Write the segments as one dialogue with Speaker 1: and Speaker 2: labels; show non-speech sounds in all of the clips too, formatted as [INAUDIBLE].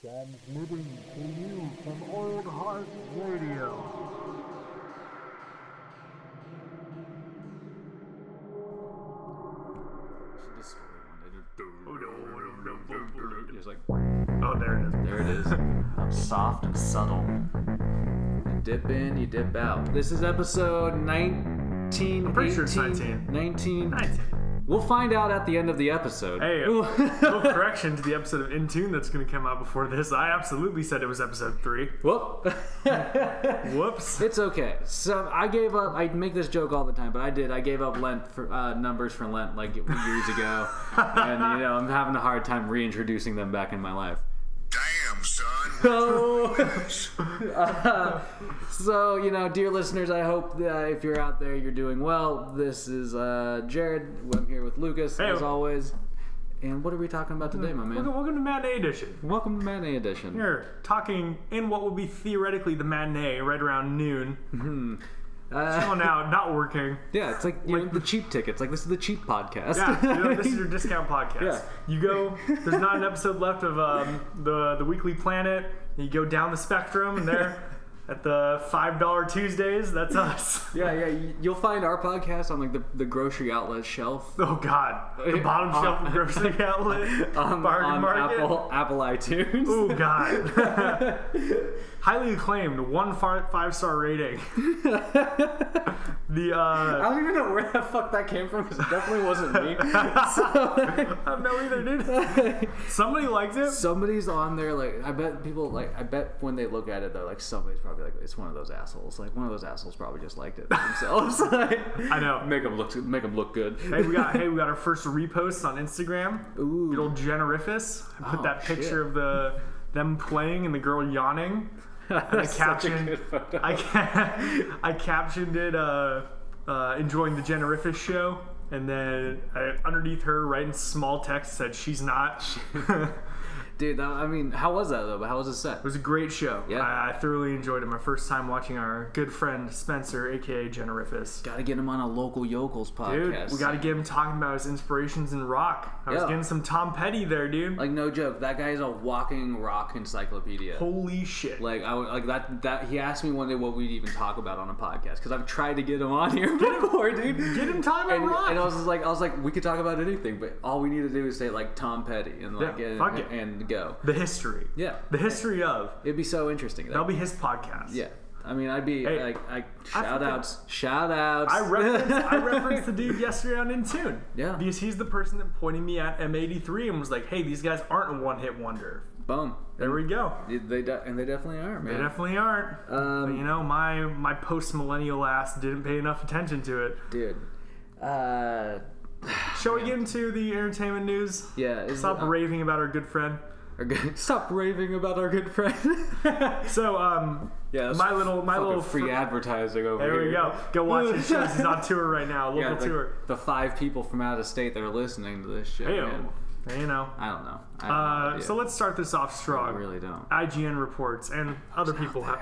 Speaker 1: Transmitting to you from Old Heart Radio.
Speaker 2: It's distorted one. It-
Speaker 3: Oh,
Speaker 2: It's like
Speaker 3: there it is.
Speaker 2: there it is. I'm soft and subtle. You dip in, you dip out. This is episode 19.
Speaker 3: pretty sure it's
Speaker 2: 18, 19.
Speaker 3: 19.
Speaker 2: We'll find out at the end of the episode.
Speaker 3: Hey, [LAUGHS] little correction to the episode of In Tune that's going to come out before this. I absolutely said it was episode three.
Speaker 2: Whoop. [LAUGHS]
Speaker 3: Whoops.
Speaker 2: It's okay. So I gave up. I make this joke all the time, but I did. I gave up Lent for, uh, numbers for Lent like years
Speaker 3: [LAUGHS]
Speaker 2: ago, and you know I'm having a hard time reintroducing them back in my life.
Speaker 4: Damn, son.
Speaker 2: [LAUGHS] So, uh, so you know, dear listeners, I hope that if you're out there, you're doing well. This is uh, Jared. I'm here with Lucas as
Speaker 3: Hey.
Speaker 2: always. And what are we talking about today, my
Speaker 3: [LAUGHS] Welcome,
Speaker 2: man?
Speaker 3: welcome to Matinee Edition.
Speaker 2: Welcome to Matinee Edition.
Speaker 3: We're talking in what will be theoretically the matinee right around [LAUGHS] noon.
Speaker 2: Uh,
Speaker 3: Chilling out, not working.
Speaker 2: yeah, it's like you know, the cheap tickets. Like this is the cheap podcast.
Speaker 3: Yeah, you
Speaker 2: [LAUGHS]
Speaker 3: know, this is your [LAUGHS] discount podcast.
Speaker 2: Yeah.
Speaker 3: You go, there's not an episode left of um, the, the Weekly Planet. You go down the spectrum, and [LAUGHS] there at the $5 Tuesdays, that's [LAUGHS] us.
Speaker 2: Yeah, yeah. y- You'll find our podcast on like the, the grocery outlet shelf
Speaker 3: Oh God! The bottom
Speaker 2: On-
Speaker 3: shelf of grocery outlet,
Speaker 2: on,
Speaker 3: bargain
Speaker 2: Um, on
Speaker 3: market.
Speaker 2: Apple Apple iTunes. [LAUGHS]
Speaker 3: Oh God! Highly acclaimed, one far, five star rating. the
Speaker 2: I
Speaker 3: uh,
Speaker 2: don't even know where the fuck that came from because it definitely wasn't [LAUGHS] me. So-
Speaker 3: I don't know either, dude.
Speaker 2: [LAUGHS]
Speaker 3: Somebody liked it.
Speaker 2: somebody's on there like I bet people like I bet when they look at it though like somebody's probably like it's one of those assholes like one of those assholes probably just liked it themselves. [LAUGHS] like,
Speaker 3: I know.
Speaker 2: [LAUGHS] make them look make 'em look good.
Speaker 3: Hey, we got hey, we got our first repost on Instagram.
Speaker 2: Ooh.
Speaker 3: Good old Generifus. I put
Speaker 2: Oh,
Speaker 3: that picture
Speaker 2: shit.
Speaker 3: of the them playing and the girl yawning.
Speaker 2: [LAUGHS] That's such a
Speaker 3: caption.
Speaker 2: good photo.
Speaker 3: I ca- [LAUGHS] I captioned it uh, uh, enjoying the Jennifer show, and then I, underneath her, right in small text, said she's not. [LAUGHS] it
Speaker 2: Dude, that, I mean, how was that though? How was the set?
Speaker 3: was a great show.
Speaker 2: Yeah.
Speaker 3: I, I thoroughly enjoyed it. My first time watching our good friend Spencer, aka Jennifer.
Speaker 2: Got to get him on a local yokels
Speaker 3: Dude,
Speaker 2: podcast.
Speaker 3: we got to get him talking about his inspirations in rock. I was
Speaker 2: Yeah.
Speaker 3: getting some Tom Petty there, dude.
Speaker 2: like no joke. That guy is a walking rock encyclopedia.
Speaker 3: Holy shit.
Speaker 2: Like I would- like that that he asked me one day what we'd even talk about on a podcast because I've tried to get him on here [LAUGHS] before, dude.
Speaker 3: Get him time
Speaker 2: and,
Speaker 3: and, rock.
Speaker 2: and I was just like, I was like, we could talk about anything, but all we need to do is say like Tom Petty and like
Speaker 3: Yeah,
Speaker 2: and,
Speaker 3: fuck it.
Speaker 2: and go.
Speaker 3: the history.
Speaker 2: Yeah,
Speaker 3: The history of.
Speaker 2: it'd be so interesting.
Speaker 3: That'll be his podcast.
Speaker 2: yeah, I mean, I'd be
Speaker 3: Hey,
Speaker 2: like, I shout outs, shout outs. [LAUGHS]
Speaker 3: I referenced, I referenced the dude yesterday on Intune.
Speaker 2: Yeah.
Speaker 3: Because he's the person that pointed me at M83 and was like, hey, these guys aren't a one hit wonder.
Speaker 2: boom.
Speaker 3: There we go.
Speaker 2: They, they de- and they definitely are,
Speaker 3: They
Speaker 2: man.
Speaker 3: definitely aren't. But,
Speaker 2: um,
Speaker 3: you know, my, my post millennial ass didn't pay enough attention to it.
Speaker 2: dude. Uh,
Speaker 3: Shall we get into the entertainment news?
Speaker 2: yeah. Is, uh,
Speaker 3: Stop raving about our good friend.
Speaker 2: our good- [LAUGHS] Stop raving about our good friend. [LAUGHS]
Speaker 3: So, um,
Speaker 2: yeah, that's
Speaker 3: my little, my
Speaker 2: fucking
Speaker 3: little
Speaker 2: free
Speaker 3: fr-
Speaker 2: advertising over
Speaker 3: There
Speaker 2: here.
Speaker 3: we go. Go watch
Speaker 2: [LAUGHS]
Speaker 3: his shows. He's on tour right now, local
Speaker 2: Yeah, like,
Speaker 3: tour.
Speaker 2: the five people from out of state that are listening to this shit. man.
Speaker 3: Ayo. You know.
Speaker 2: I don't know. I have no
Speaker 3: Uh,
Speaker 2: idea.
Speaker 3: so let's start this off
Speaker 2: I
Speaker 3: strong.
Speaker 2: really don't.
Speaker 3: IGN reports and other people have.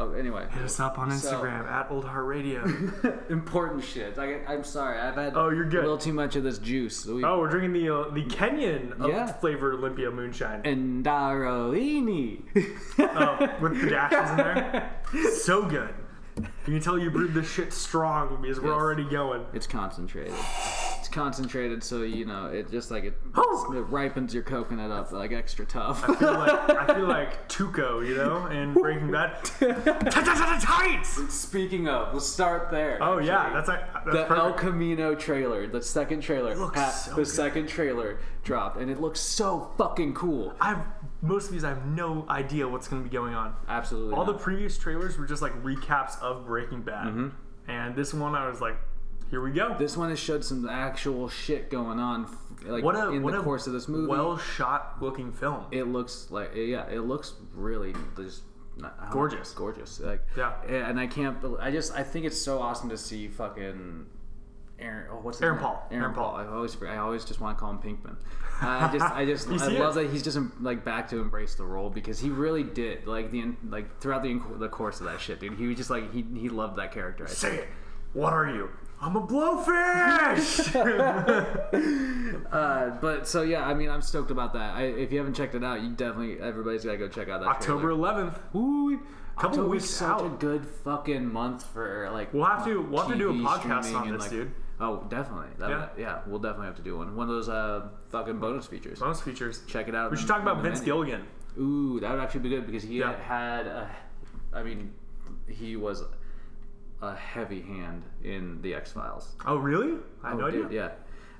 Speaker 2: Oh, anyway,
Speaker 3: Hit us up on
Speaker 2: So-
Speaker 3: Instagram at Old Heart Radio.
Speaker 2: [LAUGHS] important shit. I, I'm sorry, I've had
Speaker 3: Oh, you're good.
Speaker 2: a little too much of this juice. We,
Speaker 3: oh, we're drinking the uh, the Kenyan uh,
Speaker 2: Yeah.
Speaker 3: flavored Olympia moonshine
Speaker 2: Ndaroini.
Speaker 3: Oh, with the dashes in there. So good. You can tell you brewed this shit strong because we're
Speaker 2: Yes.
Speaker 3: already going.
Speaker 2: [LAUGHS] It's concentrated. It's concentrated, so you know it just like it,
Speaker 3: Oh.
Speaker 2: it ripens your coconut up like extra tough.
Speaker 3: [LAUGHS]
Speaker 2: [LAUGHS]
Speaker 3: I feel like I feel like Tuco, you know, and Breaking Bad. Tights.
Speaker 2: Speaking of, let's start there.
Speaker 3: Oh yeah,
Speaker 2: actually.
Speaker 3: that's like that's
Speaker 2: the El
Speaker 3: perfect.
Speaker 2: Camino trailer, the second trailer,
Speaker 3: looks
Speaker 2: Pat,
Speaker 3: so
Speaker 2: the
Speaker 3: good.
Speaker 2: second trailer dropped, and it looks so fucking cool.
Speaker 3: I've most of these I have no idea what's gonna be going on.
Speaker 2: Absolutely,
Speaker 3: All the
Speaker 2: not.
Speaker 3: previous trailers were just like recaps of Breaking Bad, and this one I was like, here we go.
Speaker 2: Mm-hmm. this one has showed some actual shit going on, f- like
Speaker 3: what a
Speaker 2: in
Speaker 3: what
Speaker 2: the
Speaker 3: a
Speaker 2: course of this movie.
Speaker 3: well shot looking film.
Speaker 2: it looks like yeah, it looks really just not, I don't know,
Speaker 3: Gorgeous.
Speaker 2: gorgeous. Like
Speaker 3: Yeah.
Speaker 2: and I can't. bel- I just I think it's so awesome to see fucking Aaron. Oh, what's his
Speaker 3: Aaron
Speaker 2: name?
Speaker 3: Paul.
Speaker 2: Aaron,
Speaker 3: Aaron
Speaker 2: Paul.
Speaker 3: Paul.
Speaker 2: I always I always just want to call him
Speaker 3: [LAUGHS]
Speaker 2: Pinkman. Uh, I just I just
Speaker 3: You
Speaker 2: I
Speaker 3: see it?
Speaker 2: love that he's just um, like back to embrace the role because he really did like the en- like throughout the en- the course of that shit, dude. He was just like he he loved that character. I think.
Speaker 3: Say it. What are you? I'm a blowfish.
Speaker 2: [LAUGHS] Uh, but so yeah, I mean, I'm stoked about that. I, if you haven't checked it out, you definitely everybody's gotta go check out that
Speaker 3: October 11th.
Speaker 2: Trailer. Ooh,
Speaker 3: Couple
Speaker 2: October's
Speaker 3: weeks
Speaker 2: such a
Speaker 3: out.
Speaker 2: good fucking month for like.
Speaker 3: We'll have to- we'll have to do a
Speaker 2: TV
Speaker 3: podcast
Speaker 2: streaming
Speaker 3: on
Speaker 2: and,
Speaker 3: this,
Speaker 2: like-
Speaker 3: dude.
Speaker 2: Oh, definitely. That,
Speaker 3: Yeah.
Speaker 2: yeah, we'll definitely have to do one. One of those uh, fucking bonus features.
Speaker 3: Bonus features.
Speaker 2: Check it out.
Speaker 3: We should talk about Vince
Speaker 2: Gill.
Speaker 3: Gilligan.
Speaker 2: Ooh, that would actually be good because he
Speaker 3: Yeah.
Speaker 2: had, a, I mean, he was a heavy hand in the X Files.
Speaker 3: Oh, really? I had no idea.
Speaker 2: dude, yeah.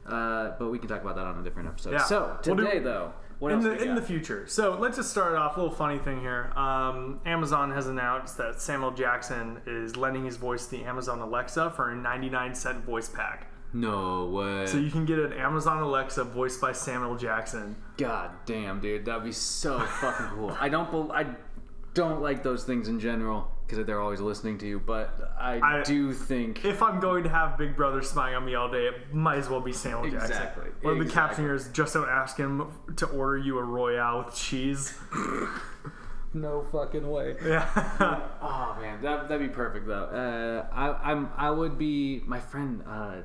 Speaker 2: Uh, but we can talk about that on a different episode.
Speaker 3: Yeah.
Speaker 2: So
Speaker 3: We'll do-
Speaker 2: today, though, what
Speaker 3: in
Speaker 2: else
Speaker 3: the
Speaker 2: we
Speaker 3: in the
Speaker 2: got?
Speaker 3: future. So let's just start off. A little funny thing here. Um, Amazon has announced that Samuel Jackson is lending his voice to the Amazon Alexa for a 99 cent voice pack.
Speaker 2: no way.
Speaker 3: So you can get an Amazon Alexa voiced by Samuel Jackson.
Speaker 2: God damn, dude, that'd be so fucking cool. I don't, bel I don't like those things in general because they're always listening to you. But I,
Speaker 3: I-
Speaker 2: do think
Speaker 3: If I'm going to have Big Brother spying on me all day, it might as well be Samuel Jackson.
Speaker 2: Exactly.
Speaker 3: One of the
Speaker 2: Exactly.
Speaker 3: caption here is just don't ask him to order you a Royale with cheese. [LAUGHS]
Speaker 2: no fucking way.
Speaker 3: Yeah. [LAUGHS]
Speaker 2: Oh man, that that'd be perfect though. Uh, I, I'm, I would be. My friend uh,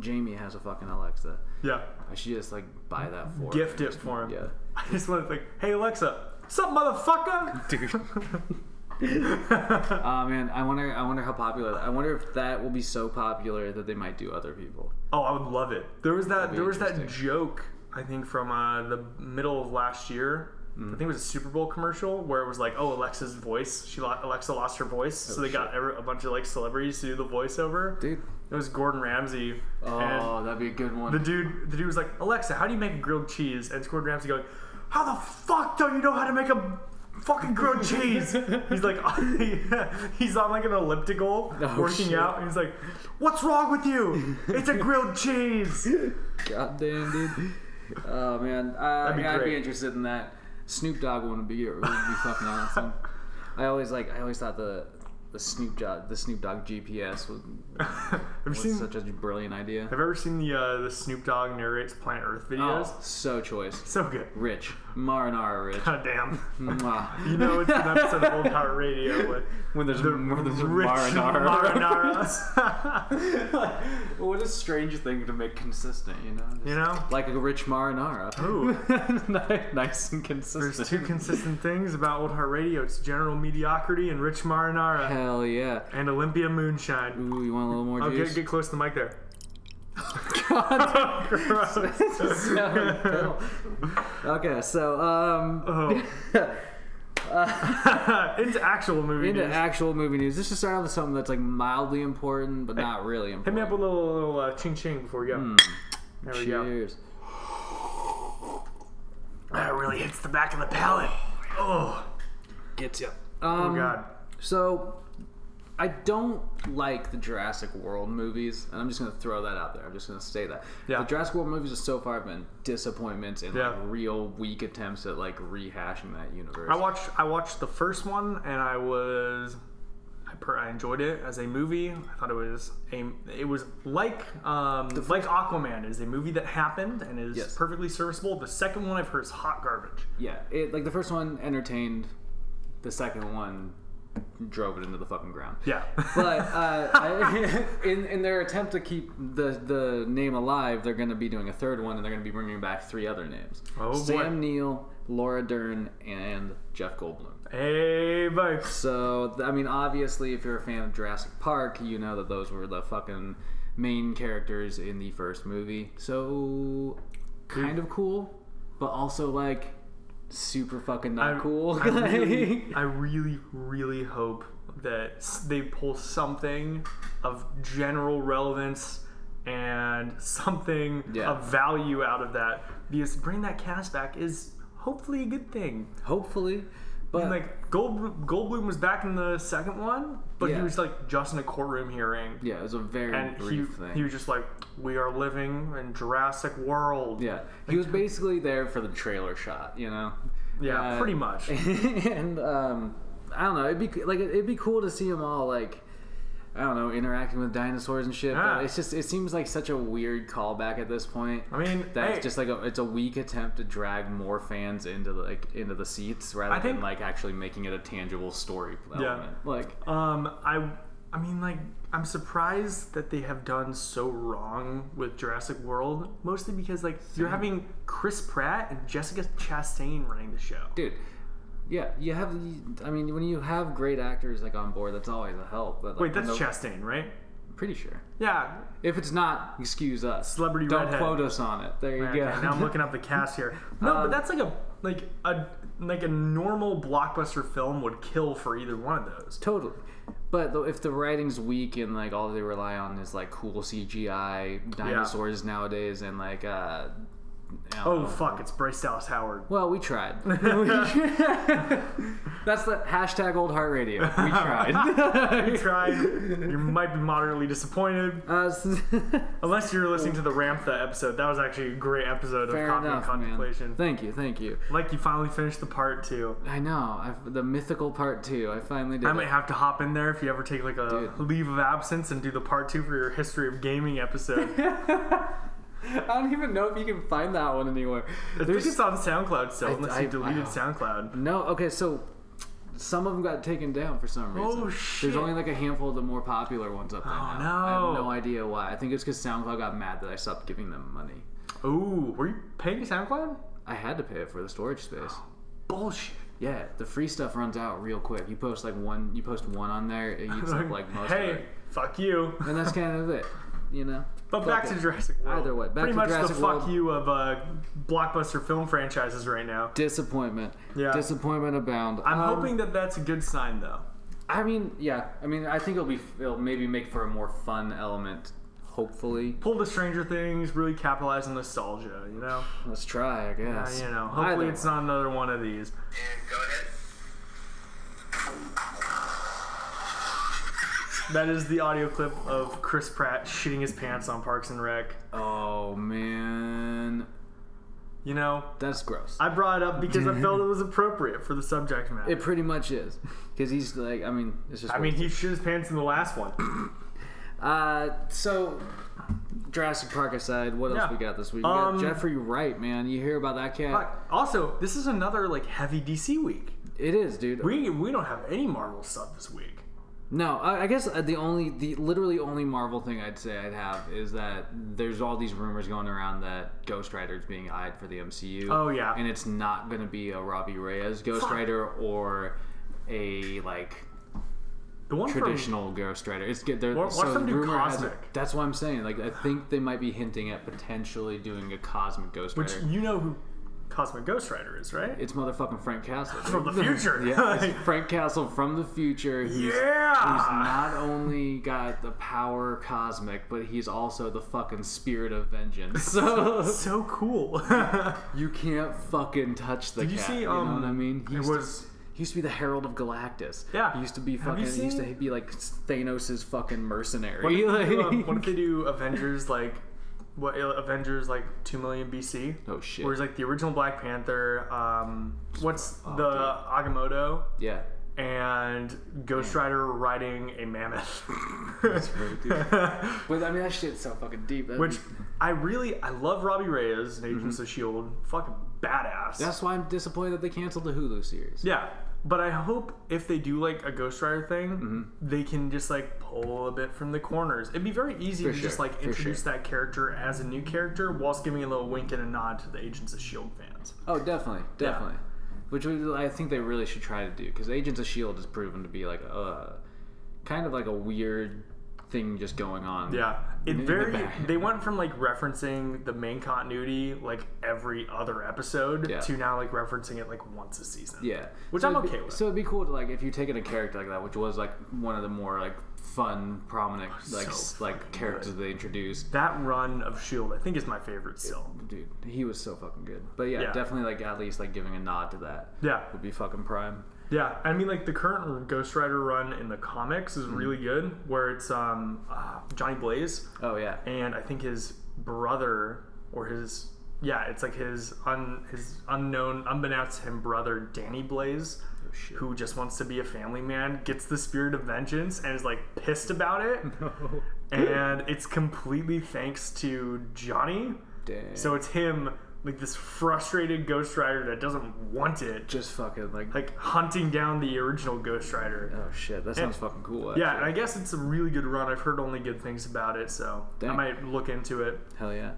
Speaker 2: Jamie has a fucking Alexa.
Speaker 3: yeah.
Speaker 2: I should just like buy that for her.
Speaker 3: Gift it for him.
Speaker 2: Yeah.
Speaker 3: [LAUGHS] I just want to think, hey Alexa, sup motherfucker?
Speaker 2: [LAUGHS] Oh man, I wonder. I wonder how popular. I wonder if that will be so popular that they might do other people.
Speaker 3: Oh, I would love it. There was that.
Speaker 2: be
Speaker 3: There was that
Speaker 2: interesting.
Speaker 3: joke I think from uh, the middle of last year.
Speaker 2: Hmm.
Speaker 3: I think it was a Super Bowl commercial where it was like, "Oh, Alexa's voice. She lo- Alexa lost her
Speaker 2: Oh,
Speaker 3: voice, so they got every, a bunch of like celebrities to do the voiceover."
Speaker 2: Dude.
Speaker 3: It was Gordon Ramsay,
Speaker 2: Oh,
Speaker 3: and
Speaker 2: that'd be a good one.
Speaker 3: the dude, the dude was like, "Alexa, how do you make grilled cheese?" And it's Gordon Ramsay going, "How the fuck don't you know how to make a?" Fucking
Speaker 2: [LAUGHS]
Speaker 3: grilled cheese. He's like, [LAUGHS] he's on like an elliptical,
Speaker 2: Oh,
Speaker 3: working
Speaker 2: shit.
Speaker 3: out, and he's like, "What's wrong with you? It's
Speaker 2: [LAUGHS]
Speaker 3: a grilled cheese." [LAUGHS]
Speaker 2: God damn, dude. Oh man, I,
Speaker 3: That'd be
Speaker 2: I'd be
Speaker 3: great.
Speaker 2: interested in that. Snoop Dogg one would be would be fucking awesome. I always like. I always thought the the Snoop Dogg the Snoop Dogg GPS was,
Speaker 3: have you
Speaker 2: was
Speaker 3: seen? [LAUGHS]
Speaker 2: such a brilliant idea.
Speaker 3: have you ever seen the uh, the Snoop Dogg narrates Planet Earth videos?
Speaker 2: Oh, so choice.
Speaker 3: So good. [LAUGHS]
Speaker 2: Rich. Marinara rich.
Speaker 3: God
Speaker 2: [LAUGHS]
Speaker 3: damn.
Speaker 2: Mwah.
Speaker 3: [LAUGHS] You know it's an episode of
Speaker 2: [LAUGHS]
Speaker 3: Old Town Radio when
Speaker 2: When there's, the, when there's
Speaker 3: rich
Speaker 2: marinara.
Speaker 3: marinara.
Speaker 2: [LAUGHS]
Speaker 3: [LAUGHS]
Speaker 2: what a strange thing to make consistent, you know? Just
Speaker 3: you know.
Speaker 2: Like a rich marinara.
Speaker 3: Ooh,
Speaker 2: [LAUGHS] nice and consistent.
Speaker 3: there's two consistent things about Old Heart Radio. It's general mediocrity and rich marinara
Speaker 2: Hell yeah.
Speaker 3: and Olympia moonshine.
Speaker 2: Ooh, you want a little more
Speaker 3: Oh,
Speaker 2: juice? [LAUGHS]
Speaker 3: get, get close to the mic there.
Speaker 2: Oh, [LAUGHS] okay, so [LAUGHS] um,
Speaker 3: Oh. [LAUGHS] into actual movie
Speaker 2: into
Speaker 3: news.
Speaker 2: actual movie news. Let's just start off with something that's like mildly important, but not really
Speaker 3: Hit me
Speaker 2: important.
Speaker 3: up with a little, little uh, ching ching before we go.
Speaker 2: Hmm.
Speaker 3: There we go.
Speaker 2: Cheers.
Speaker 3: That really hits the back of the palate. Oh,
Speaker 2: Gets you.
Speaker 3: oh
Speaker 2: Um,
Speaker 3: God.
Speaker 2: So, I don't like the Jurassic World movies, and I'm just gonna throw that out there. I'm just gonna say that
Speaker 3: Yeah.
Speaker 2: the Jurassic World movies have so far have been disappointments and
Speaker 3: Yeah.
Speaker 2: like real weak attempts at like rehashing that universe.
Speaker 3: I watched I watched the first one and I was I, per, I enjoyed it as a movie. I thought it was a it was like um like Aquaman is a movie that happened and is
Speaker 2: Yes.
Speaker 3: perfectly serviceable. The second one I've heard is hot garbage.
Speaker 2: yeah, it, like the first one entertained, the second one drove it into the fucking ground.
Speaker 3: Yeah.
Speaker 2: But uh, I, [LAUGHS] in, in their attempt to keep the, the name alive, they're going to be doing a third one, and they're going to be bringing back three other names:
Speaker 3: Oh, boy.
Speaker 2: Sam Neill, Laura Dern, and Jeff Goldblum.
Speaker 3: [LAUGHS] hey, Vikes.
Speaker 2: So, th- I mean, obviously, if you're a fan of Jurassic Park, you know that those were the fucking main characters in the first movie. So, kind of cool, but also like super fucking not cool. [LAUGHS]
Speaker 3: I really, [LAUGHS]
Speaker 2: Like-
Speaker 3: I really, really hope that s- they pull something of general relevance and something
Speaker 2: Yeah.
Speaker 3: of value out of that. Because bringing that cast back is hopefully a good thing.
Speaker 2: Hopefully, but
Speaker 3: And like Gold, Goldblum was back in the second one, but he
Speaker 2: Yeah.
Speaker 3: was like just in a courtroom hearing,
Speaker 2: yeah, it was a very
Speaker 3: and he
Speaker 2: brief thing.
Speaker 3: he was just like, "We are living in Jurassic World."
Speaker 2: yeah, he was basically there for the trailer shot, you know.
Speaker 3: yeah,
Speaker 2: Uh,
Speaker 3: pretty
Speaker 2: [LAUGHS]
Speaker 3: much.
Speaker 2: and um, I don't know. It'd be like it'd be cool to see them all like I don't know interacting with dinosaurs and shit.
Speaker 3: Yeah.
Speaker 2: But it's just it seems like such a weird callback at this point.
Speaker 3: I mean,
Speaker 2: that's
Speaker 3: hey.
Speaker 2: just like a, it's a weak attempt to drag more fans into the, like into the seats rather
Speaker 3: I think-
Speaker 2: than like actually making it a tangible story
Speaker 3: Yeah.
Speaker 2: element. Like
Speaker 3: Um, I I mean, like, I'm surprised that they have done so wrong with Jurassic World, mostly because, like, you're having Chris Pratt and Jessica Chastain running the show.
Speaker 2: dude. Yeah, you have. I mean, when you have great actors like on board, that's always a help. But like,
Speaker 3: Wait,
Speaker 2: when
Speaker 3: that's
Speaker 2: the-
Speaker 3: Chastain, right?
Speaker 2: Pretty sure.
Speaker 3: Yeah.
Speaker 2: If it's not, excuse us.
Speaker 3: Celebrity
Speaker 2: Don't
Speaker 3: redhead.
Speaker 2: quote us on it. There you
Speaker 3: Okay,
Speaker 2: go.
Speaker 3: now I'm looking up the cast here. No, but that's like a like a like a normal blockbuster film would kill for either one of those.
Speaker 2: Totally. But though, if the writing's weak and like all they rely on is like cool CGI dinosaurs nowadays and like uh, I don't
Speaker 3: Oh
Speaker 2: know.
Speaker 3: fuck, it's Bryce Dallas Howard.
Speaker 2: Well, we tried.
Speaker 3: [LAUGHS]
Speaker 2: That's the hashtag old heart radio. We tried.
Speaker 3: [LAUGHS]
Speaker 2: [LAUGHS]
Speaker 3: You tried. You might be moderately disappointed,
Speaker 2: uh, s- [LAUGHS]
Speaker 3: unless you're listening to the Ramtha episode. That was actually a great episode
Speaker 2: fair
Speaker 3: of Coffee and
Speaker 2: enough,
Speaker 3: Contemplation.
Speaker 2: man. Thank you, thank you.
Speaker 3: Like you finally finished the part two.
Speaker 2: I know. I've, the mythical part two. I finally did.
Speaker 3: I
Speaker 2: it.
Speaker 3: might have to hop in there if you ever take like a
Speaker 2: Dude.
Speaker 3: leave of absence and do the part two for your history of gaming
Speaker 2: [LAUGHS]
Speaker 3: episode. I
Speaker 2: [LAUGHS] I don't even know if you can find that one anywhere.
Speaker 3: think it's on SoundCloud still,
Speaker 2: I-
Speaker 3: unless
Speaker 2: I-
Speaker 3: you deleted
Speaker 2: wow.
Speaker 3: SoundCloud.
Speaker 2: No, okay, so some of them got taken down for some reason.
Speaker 3: Oh, shit.
Speaker 2: There's only like a handful of the more popular ones up there
Speaker 3: Oh,
Speaker 2: now. I
Speaker 3: no.
Speaker 2: have no idea why. I think it's because SoundCloud got mad that I stopped giving them money.
Speaker 3: Ooh, were you paying SoundCloud?
Speaker 2: I had to pay it for the storage space.
Speaker 3: [LAUGHS] Bullshit.
Speaker 2: Yeah, the free stuff runs out real quick. You post like one, you post one on there, it eats up like most
Speaker 3: hey,
Speaker 2: of it, [LAUGHS]
Speaker 3: fuck you.
Speaker 2: and that's kind of it. You know.
Speaker 3: But back
Speaker 2: Fuck
Speaker 3: to
Speaker 2: it.
Speaker 3: Jurassic World.
Speaker 2: Either way, back
Speaker 3: pretty
Speaker 2: to
Speaker 3: much
Speaker 2: Jurassic
Speaker 3: the fuck
Speaker 2: World.
Speaker 3: you of uh, blockbuster film franchises right now.
Speaker 2: disappointment.
Speaker 3: Yeah.
Speaker 2: Disappointment abound.
Speaker 3: I'm
Speaker 2: Um,
Speaker 3: hoping that that's a good sign, though.
Speaker 2: I mean, yeah. I mean, I think it'll be it'll maybe make for a more fun element. Hopefully.
Speaker 3: Pull the Stranger Things, really capitalize on nostalgia. You know,
Speaker 2: Let's try, I
Speaker 3: Uh,
Speaker 2: guess.
Speaker 3: you know. Hopefully, it's not another one of these.
Speaker 4: And go ahead.
Speaker 3: That is the audio clip of Chris Pratt shitting his pants on Parks and Rec.
Speaker 2: Oh man,
Speaker 3: You know,
Speaker 2: that's gross.
Speaker 3: I brought it up because I felt it was appropriate for the subject matter.
Speaker 2: it pretty much is, because he's like, I mean, it's just.
Speaker 3: I
Speaker 2: what
Speaker 3: mean,
Speaker 2: it
Speaker 3: he shit his pants in the last
Speaker 2: [CLEARS THROAT]
Speaker 3: one.
Speaker 2: is. uh, so Jurassic Park aside, what else
Speaker 3: Yeah.
Speaker 2: we got this week? We
Speaker 3: Um,
Speaker 2: got Jeffrey Wright, man. You hear about that cat?
Speaker 3: Fuck. Also, this is another like heavy DC week.
Speaker 2: It is, dude.
Speaker 3: We we don't have any Marvel stuff this week.
Speaker 2: No, I, I guess uh, the only, the literally only Marvel thing I'd say I'd have is that there's all these rumors going around that Ghost Rider's being eyed for the MCU.
Speaker 3: Oh, yeah.
Speaker 2: and it's not going to be a Robbie Reyes Ghost
Speaker 3: Fuck.
Speaker 2: Rider or a like
Speaker 3: The one from-
Speaker 2: traditional Ghost Rider. It's good. They're,
Speaker 3: Why- why
Speaker 2: so
Speaker 3: some do
Speaker 2: rumor has it-
Speaker 3: cosmic?
Speaker 2: That's what I'm saying. Like I think they might be hinting at potentially doing a cosmic Ghost
Speaker 3: which
Speaker 2: Rider.
Speaker 3: you know who Cosmic Ghost Rider is, right?
Speaker 2: It's motherfucking Frank Castle.
Speaker 3: From the future.
Speaker 2: [LAUGHS] yeah, it's
Speaker 3: [LAUGHS]
Speaker 2: Frank Castle from the future. He's, He's
Speaker 3: yeah.
Speaker 2: not only got the power cosmic, but he's also the fucking spirit of vengeance. [LAUGHS] So
Speaker 3: so cool. [LAUGHS]
Speaker 2: you can't fucking touch the
Speaker 3: Did you
Speaker 2: cat.
Speaker 3: see,
Speaker 2: you know
Speaker 3: um,
Speaker 2: what I mean? He
Speaker 3: it
Speaker 2: used to-
Speaker 3: was-
Speaker 2: [LAUGHS] he used to be the Herald of Galactus.
Speaker 3: Yeah.
Speaker 2: He used to be
Speaker 3: Have
Speaker 2: fucking.
Speaker 3: you
Speaker 2: He used to
Speaker 3: seen-
Speaker 2: be like Thanos' fucking mercenary.
Speaker 3: what, if they
Speaker 2: [LAUGHS]
Speaker 3: do, um,
Speaker 2: Like-
Speaker 3: what if they do Avengers like what uh, Avengers like two million BC?
Speaker 2: oh shit.
Speaker 3: Whereas like the original Black Panther, um, what's
Speaker 2: oh,
Speaker 3: the Agamotto
Speaker 2: Yeah.
Speaker 3: and Ghost Rider riding a mammoth. [LAUGHS]
Speaker 2: right, dude. But I mean, that shit's so fucking deep. That'd
Speaker 3: Which
Speaker 2: be-
Speaker 3: I really I love Robbie Reyes in
Speaker 2: Mm-hmm.
Speaker 3: Agents of Shield. E Fucking badass.
Speaker 2: that's why I'm disappointed that they canceled the Hulu series.
Speaker 3: yeah. But I hope if they do like a Ghost Rider thing,
Speaker 2: Mm-hmm.
Speaker 3: they can just like pull a bit from the corners. It'd be very easy
Speaker 2: For
Speaker 3: to just
Speaker 2: sure,
Speaker 3: like
Speaker 2: for
Speaker 3: introduce
Speaker 2: sure.
Speaker 3: that character as a new character whilst giving a little wink and a nod to the Agents of Shield E fans.
Speaker 2: Oh, definitely, definitely. Which we, I think they really should try to do because Agents of Shield E has proven to be like a kind of like a weird thing just going on.
Speaker 3: Yeah, it
Speaker 2: the
Speaker 3: very.
Speaker 2: back.
Speaker 3: They went from like referencing the main continuity like every other episode
Speaker 2: Yeah.
Speaker 3: to now like referencing it like once a season.
Speaker 2: Yeah,
Speaker 3: Which I'm
Speaker 2: it'd be-
Speaker 3: okay with.
Speaker 2: So it'd be cool to like if you take in a character like that, which was like one of the more like fun, prominent like
Speaker 3: [LAUGHS] so
Speaker 2: s- like characters they introduced.
Speaker 3: That run of Shield, I think, is my favorite still.
Speaker 2: Dude, he was so fucking good. But yeah,
Speaker 3: Yeah.
Speaker 2: definitely like at least like giving a nod to that
Speaker 3: Yeah,
Speaker 2: would be fucking prime.
Speaker 3: yeah. I mean, like the current Ghost Rider run in the comics is really good, where it's um uh, Johnny Blaze
Speaker 2: Oh yeah,
Speaker 3: and I think his brother or his yeah, it's like his un his unknown, unbeknownst to him brother Danny Blaze,
Speaker 2: shit.
Speaker 3: who just wants to be a family man, gets the spirit of vengeance and is like pissed about it, and it's completely thanks to Johnny.
Speaker 2: damn.
Speaker 3: So it's him like this frustrated Ghost Rider that doesn't want it,
Speaker 2: Just fucking like,
Speaker 3: like hunting down the original Ghost Rider.
Speaker 2: oh shit, that sounds fucking cool.
Speaker 3: Yeah, and
Speaker 2: actually.
Speaker 3: I guess it's a really good run. I've heard only good things about it, so I
Speaker 2: Dang.
Speaker 3: might look into it.
Speaker 2: hell yeah.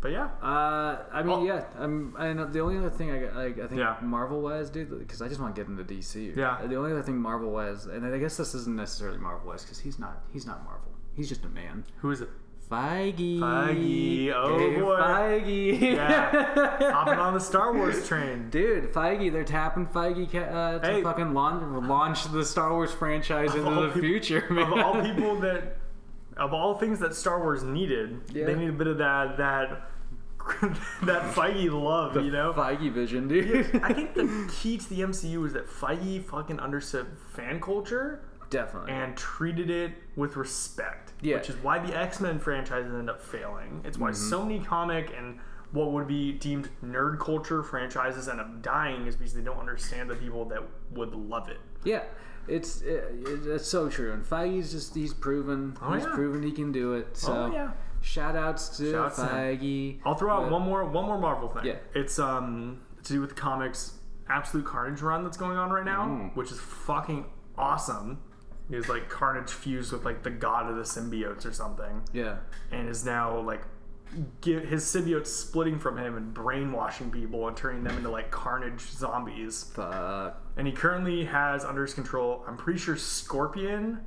Speaker 3: But yeah,
Speaker 2: Uh, I mean,
Speaker 3: Oh.
Speaker 2: yeah. I'm. I know the only other thing I like, I think
Speaker 3: Yeah.
Speaker 2: Marvel wise, dude, because I just want to get into DC.
Speaker 3: Yeah.
Speaker 2: The only other thing Marvel wise, and I guess this isn't necessarily Marvel wise, because he's not. He's not Marvel. He's just a man.
Speaker 3: who is it?
Speaker 2: Feige.
Speaker 3: Feige. Oh,
Speaker 2: Hey,
Speaker 3: boy.
Speaker 2: Feige. [LAUGHS]
Speaker 3: Yeah. [LAUGHS] Hopping on the Star Wars train.
Speaker 2: Dude, Feige, they're tapping Feige ca- uh, to
Speaker 3: Hey.
Speaker 2: fucking launch, launch the Star Wars franchise into
Speaker 3: all
Speaker 2: the
Speaker 3: peop-
Speaker 2: future.
Speaker 3: Of
Speaker 2: man. [LAUGHS]
Speaker 3: all people that, of all things that Star Wars needed,
Speaker 2: Yeah.
Speaker 3: they need a bit of that that [LAUGHS] that Feige love, you know.
Speaker 2: Feige vision, dude.
Speaker 3: I think the key to the MCU is that Feige fucking understood fan culture
Speaker 2: definitely.
Speaker 3: and treated it with respect.
Speaker 2: Yeah. Mm-hmm.
Speaker 3: Which is why the X Men franchises end up failing. It's why so many comic and what would be deemed nerd culture franchises end up dying is because they don't understand the people that would love it.
Speaker 2: Yeah, it's it, it's so true. And Feige's just he's proven he's
Speaker 3: Oh, yeah.
Speaker 2: proven he can do it. So
Speaker 3: Oh, yeah.
Speaker 2: shout outs to
Speaker 3: Shout outs to him.
Speaker 2: Feige.
Speaker 3: I'll throw out
Speaker 2: But-
Speaker 3: one more one more Marvel thing.
Speaker 2: Yeah.
Speaker 3: It's um to do with the comics Absolute Carnage run that's going on right now,
Speaker 2: Mm.
Speaker 3: which is fucking awesome. Is like Carnage fused with like the god of the symbiotes or something.
Speaker 2: Yeah,
Speaker 3: and is now like get his symbiote splitting from him and brainwashing people and turning them into like carnage zombies.
Speaker 2: fuck,
Speaker 3: And he currently has under his control, I'm pretty sure Scorpion,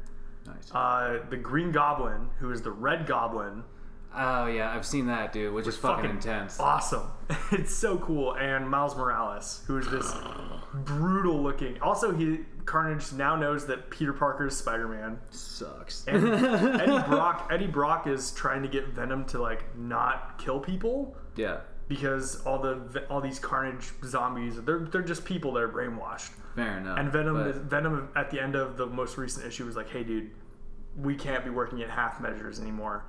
Speaker 2: nice.
Speaker 3: uh, the Green Goblin, who is the Red Goblin.
Speaker 2: oh yeah, I've seen that dude, which is fucking, intense.
Speaker 3: Awesome. [LAUGHS] It's so cool. And Miles Morales, who is this
Speaker 2: [SIGHS]
Speaker 3: brutal looking. Also, he Carnage now knows that Peter Parker is Spider Man.
Speaker 2: Sucks.
Speaker 3: Eddie Brock Eddie Brock is trying to get Venom to like not kill people.
Speaker 2: [LAUGHS] yeah,
Speaker 3: because all the all these carnage zombies they're they're just people that are brainwashed
Speaker 2: fair enough.
Speaker 3: and venom
Speaker 2: but-
Speaker 3: is, venom at the end of the most recent issue was like hey dude we can't be working at half measures anymore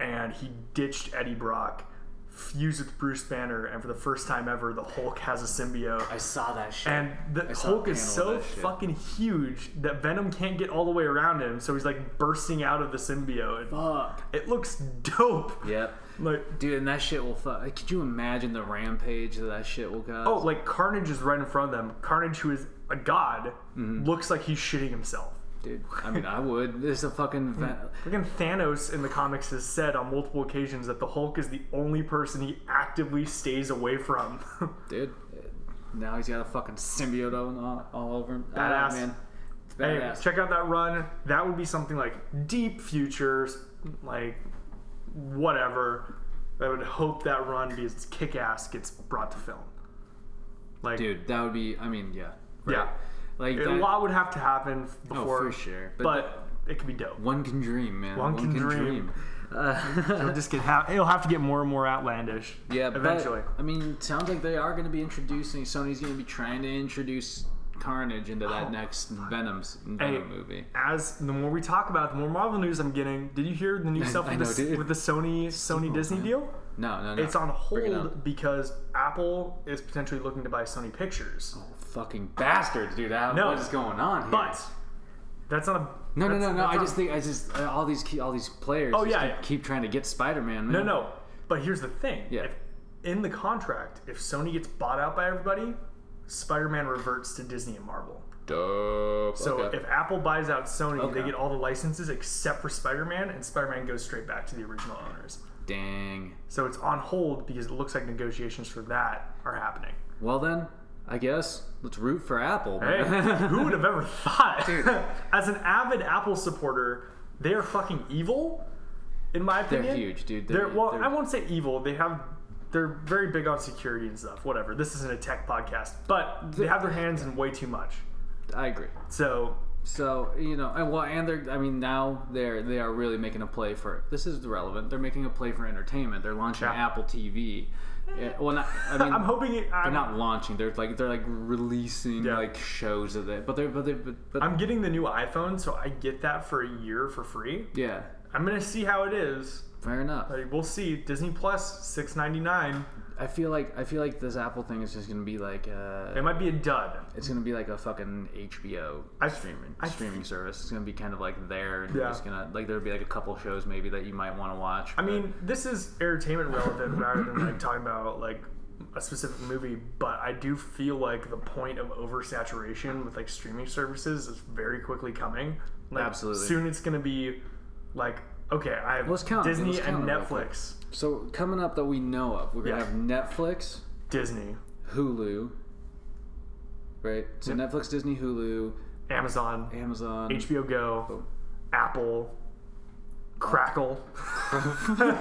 Speaker 3: and he ditched eddie brock fused with bruce banner and for the first time ever the hulk has a symbiote
Speaker 2: I saw that shit.
Speaker 3: and the
Speaker 2: saw
Speaker 3: Hulk
Speaker 2: a
Speaker 3: is
Speaker 2: panel
Speaker 3: so
Speaker 2: of that shit.
Speaker 3: fucking huge that Venom can't get all the way around him, so he's like bursting out of the symbiote.
Speaker 2: fuck.
Speaker 3: It looks dope.
Speaker 2: Yep.
Speaker 3: Like
Speaker 2: Dude, and that shit will fuck. Could you imagine the rampage that that shit will cause?
Speaker 3: Oh, like Carnage is right in front of them. Carnage, who is a god,
Speaker 2: Mm-hmm.
Speaker 3: looks like he's shitting himself.
Speaker 2: dude. I mean, I would. There's a
Speaker 3: Mm.
Speaker 2: fucking. Ve-
Speaker 3: Freaking Thanos in the comics has said on multiple occasions that the Hulk is the only person he actively stays away from. [LAUGHS]
Speaker 2: Dude, now he's got a fucking symbiote on, all, all over him.
Speaker 3: Badass.
Speaker 2: Ah, man. It's
Speaker 3: anyway,
Speaker 2: badass.
Speaker 3: check out that run. That would be something like deep futures, like whatever. I would hope that run because it's kick ass gets brought to film. Like,
Speaker 2: Dude, that would be. I mean, yeah.
Speaker 3: yeah.
Speaker 2: Like,
Speaker 3: A
Speaker 2: that,
Speaker 3: lot would have to happen
Speaker 2: oh,
Speaker 3: before,
Speaker 2: for sure. But,
Speaker 3: but it could be dope.
Speaker 2: one can dream, man.
Speaker 3: One can dream. [LAUGHS]
Speaker 2: Uh, [LAUGHS]
Speaker 3: It'll just get ha- it'll have to get more and more outlandish.
Speaker 2: yeah, but,
Speaker 3: Eventually.
Speaker 2: I mean, sounds like they are going to be introducing. Sony's going to be trying to introduce Carnage into that
Speaker 3: Oh.
Speaker 2: next Venom's Venom movie.
Speaker 3: As the more we talk about, it, the more Marvel news I'm getting. Did you hear the new stuff
Speaker 2: [LAUGHS] I
Speaker 3: with,
Speaker 2: know,
Speaker 3: the,
Speaker 2: dude.
Speaker 3: with the Sony Sony Disney
Speaker 2: man.
Speaker 3: deal?
Speaker 2: No, no, no.
Speaker 3: It's on
Speaker 2: Bring it
Speaker 3: hold because Apple is potentially looking to buy Sony Pictures.
Speaker 2: Oh. Fucking bastards, dude. That,
Speaker 3: No.
Speaker 2: What is going on here?
Speaker 3: But that's not a
Speaker 2: No, no,
Speaker 3: that's-
Speaker 2: no, no.
Speaker 3: that's
Speaker 2: I
Speaker 3: not-
Speaker 2: just think I just uh, all these key, all these players.
Speaker 3: Oh,
Speaker 2: just
Speaker 3: yeah,
Speaker 2: keep,
Speaker 3: yeah.
Speaker 2: keep trying to get Spider-Man. Man.
Speaker 3: no no. But here's the thing.
Speaker 2: Yeah.
Speaker 3: If, in the contract, if Sony gets bought out by everybody, Spider-Man reverts to Disney and Marvel.
Speaker 2: Dope.
Speaker 3: So if Apple buys out Sony,
Speaker 2: Okay.
Speaker 3: they get all the licenses except for Spider-Man, and Spider-Man goes straight back to the original owners.
Speaker 2: dang.
Speaker 3: So it's on hold because it looks like negotiations for that are happening.
Speaker 2: Well then, I guess let's root for Apple. [LAUGHS]
Speaker 3: Hey,
Speaker 2: man.
Speaker 3: who would have ever thought?
Speaker 2: Dude.
Speaker 3: [LAUGHS] As an avid Apple supporter, they are fucking evil, in my
Speaker 2: They're
Speaker 3: opinion.
Speaker 2: huge, dude.
Speaker 3: They're, well,
Speaker 2: they're-
Speaker 3: I won't say evil. They have they're very big on security and stuff. Whatever. This isn't a tech podcast, but they have their hands in way too much.
Speaker 2: I agree.
Speaker 3: So
Speaker 2: So you know, and well, and they're. I mean, now they're they are really making a play for. This is relevant. They're making a play for entertainment. They're launching
Speaker 3: Yeah. Eh.
Speaker 2: Apple TV. Yeah, well, not, I mean,
Speaker 3: [LAUGHS] I'm hoping it,
Speaker 2: they're
Speaker 3: I'm,
Speaker 2: not launching. They're like they're like releasing
Speaker 3: Yeah.
Speaker 2: like shows of it. But they're but they but, but
Speaker 3: I'm getting the new iPhone, so I get that for a year for free.
Speaker 2: yeah.
Speaker 3: I'm gonna see how it is.
Speaker 2: Fair enough.
Speaker 3: Like, we'll see. Disney Plus, six ninety nine.
Speaker 2: I feel like I feel like this Apple thing is just gonna be like uh,
Speaker 3: It might be a dud.
Speaker 2: it's gonna be like a fucking HBO
Speaker 3: I-
Speaker 2: streaming
Speaker 3: I-
Speaker 2: streaming service. It's gonna be kind of like there, and
Speaker 3: Yeah.
Speaker 2: you're just gonna like there'll be like a couple shows maybe that you might want to watch.
Speaker 3: I mean, this is entertainment relevant rather than like talking about like a specific movie, but I do feel like the point of oversaturation with like streaming services is very quickly coming. Like,
Speaker 2: Absolutely.
Speaker 3: Soon it's going to be like, okay, I have
Speaker 2: Let's count it.
Speaker 3: Disney
Speaker 2: Let's count
Speaker 3: and
Speaker 2: it real quick.
Speaker 3: Netflix.
Speaker 2: So coming up that we know of, we're gonna
Speaker 3: Yeah.
Speaker 2: have Netflix,
Speaker 3: Disney,
Speaker 2: Hulu, right? So Netflix, Disney, Hulu,
Speaker 3: Amazon,
Speaker 2: Amazon,
Speaker 3: HBO Go,
Speaker 2: Oh.
Speaker 3: Apple, Crackle. [LAUGHS]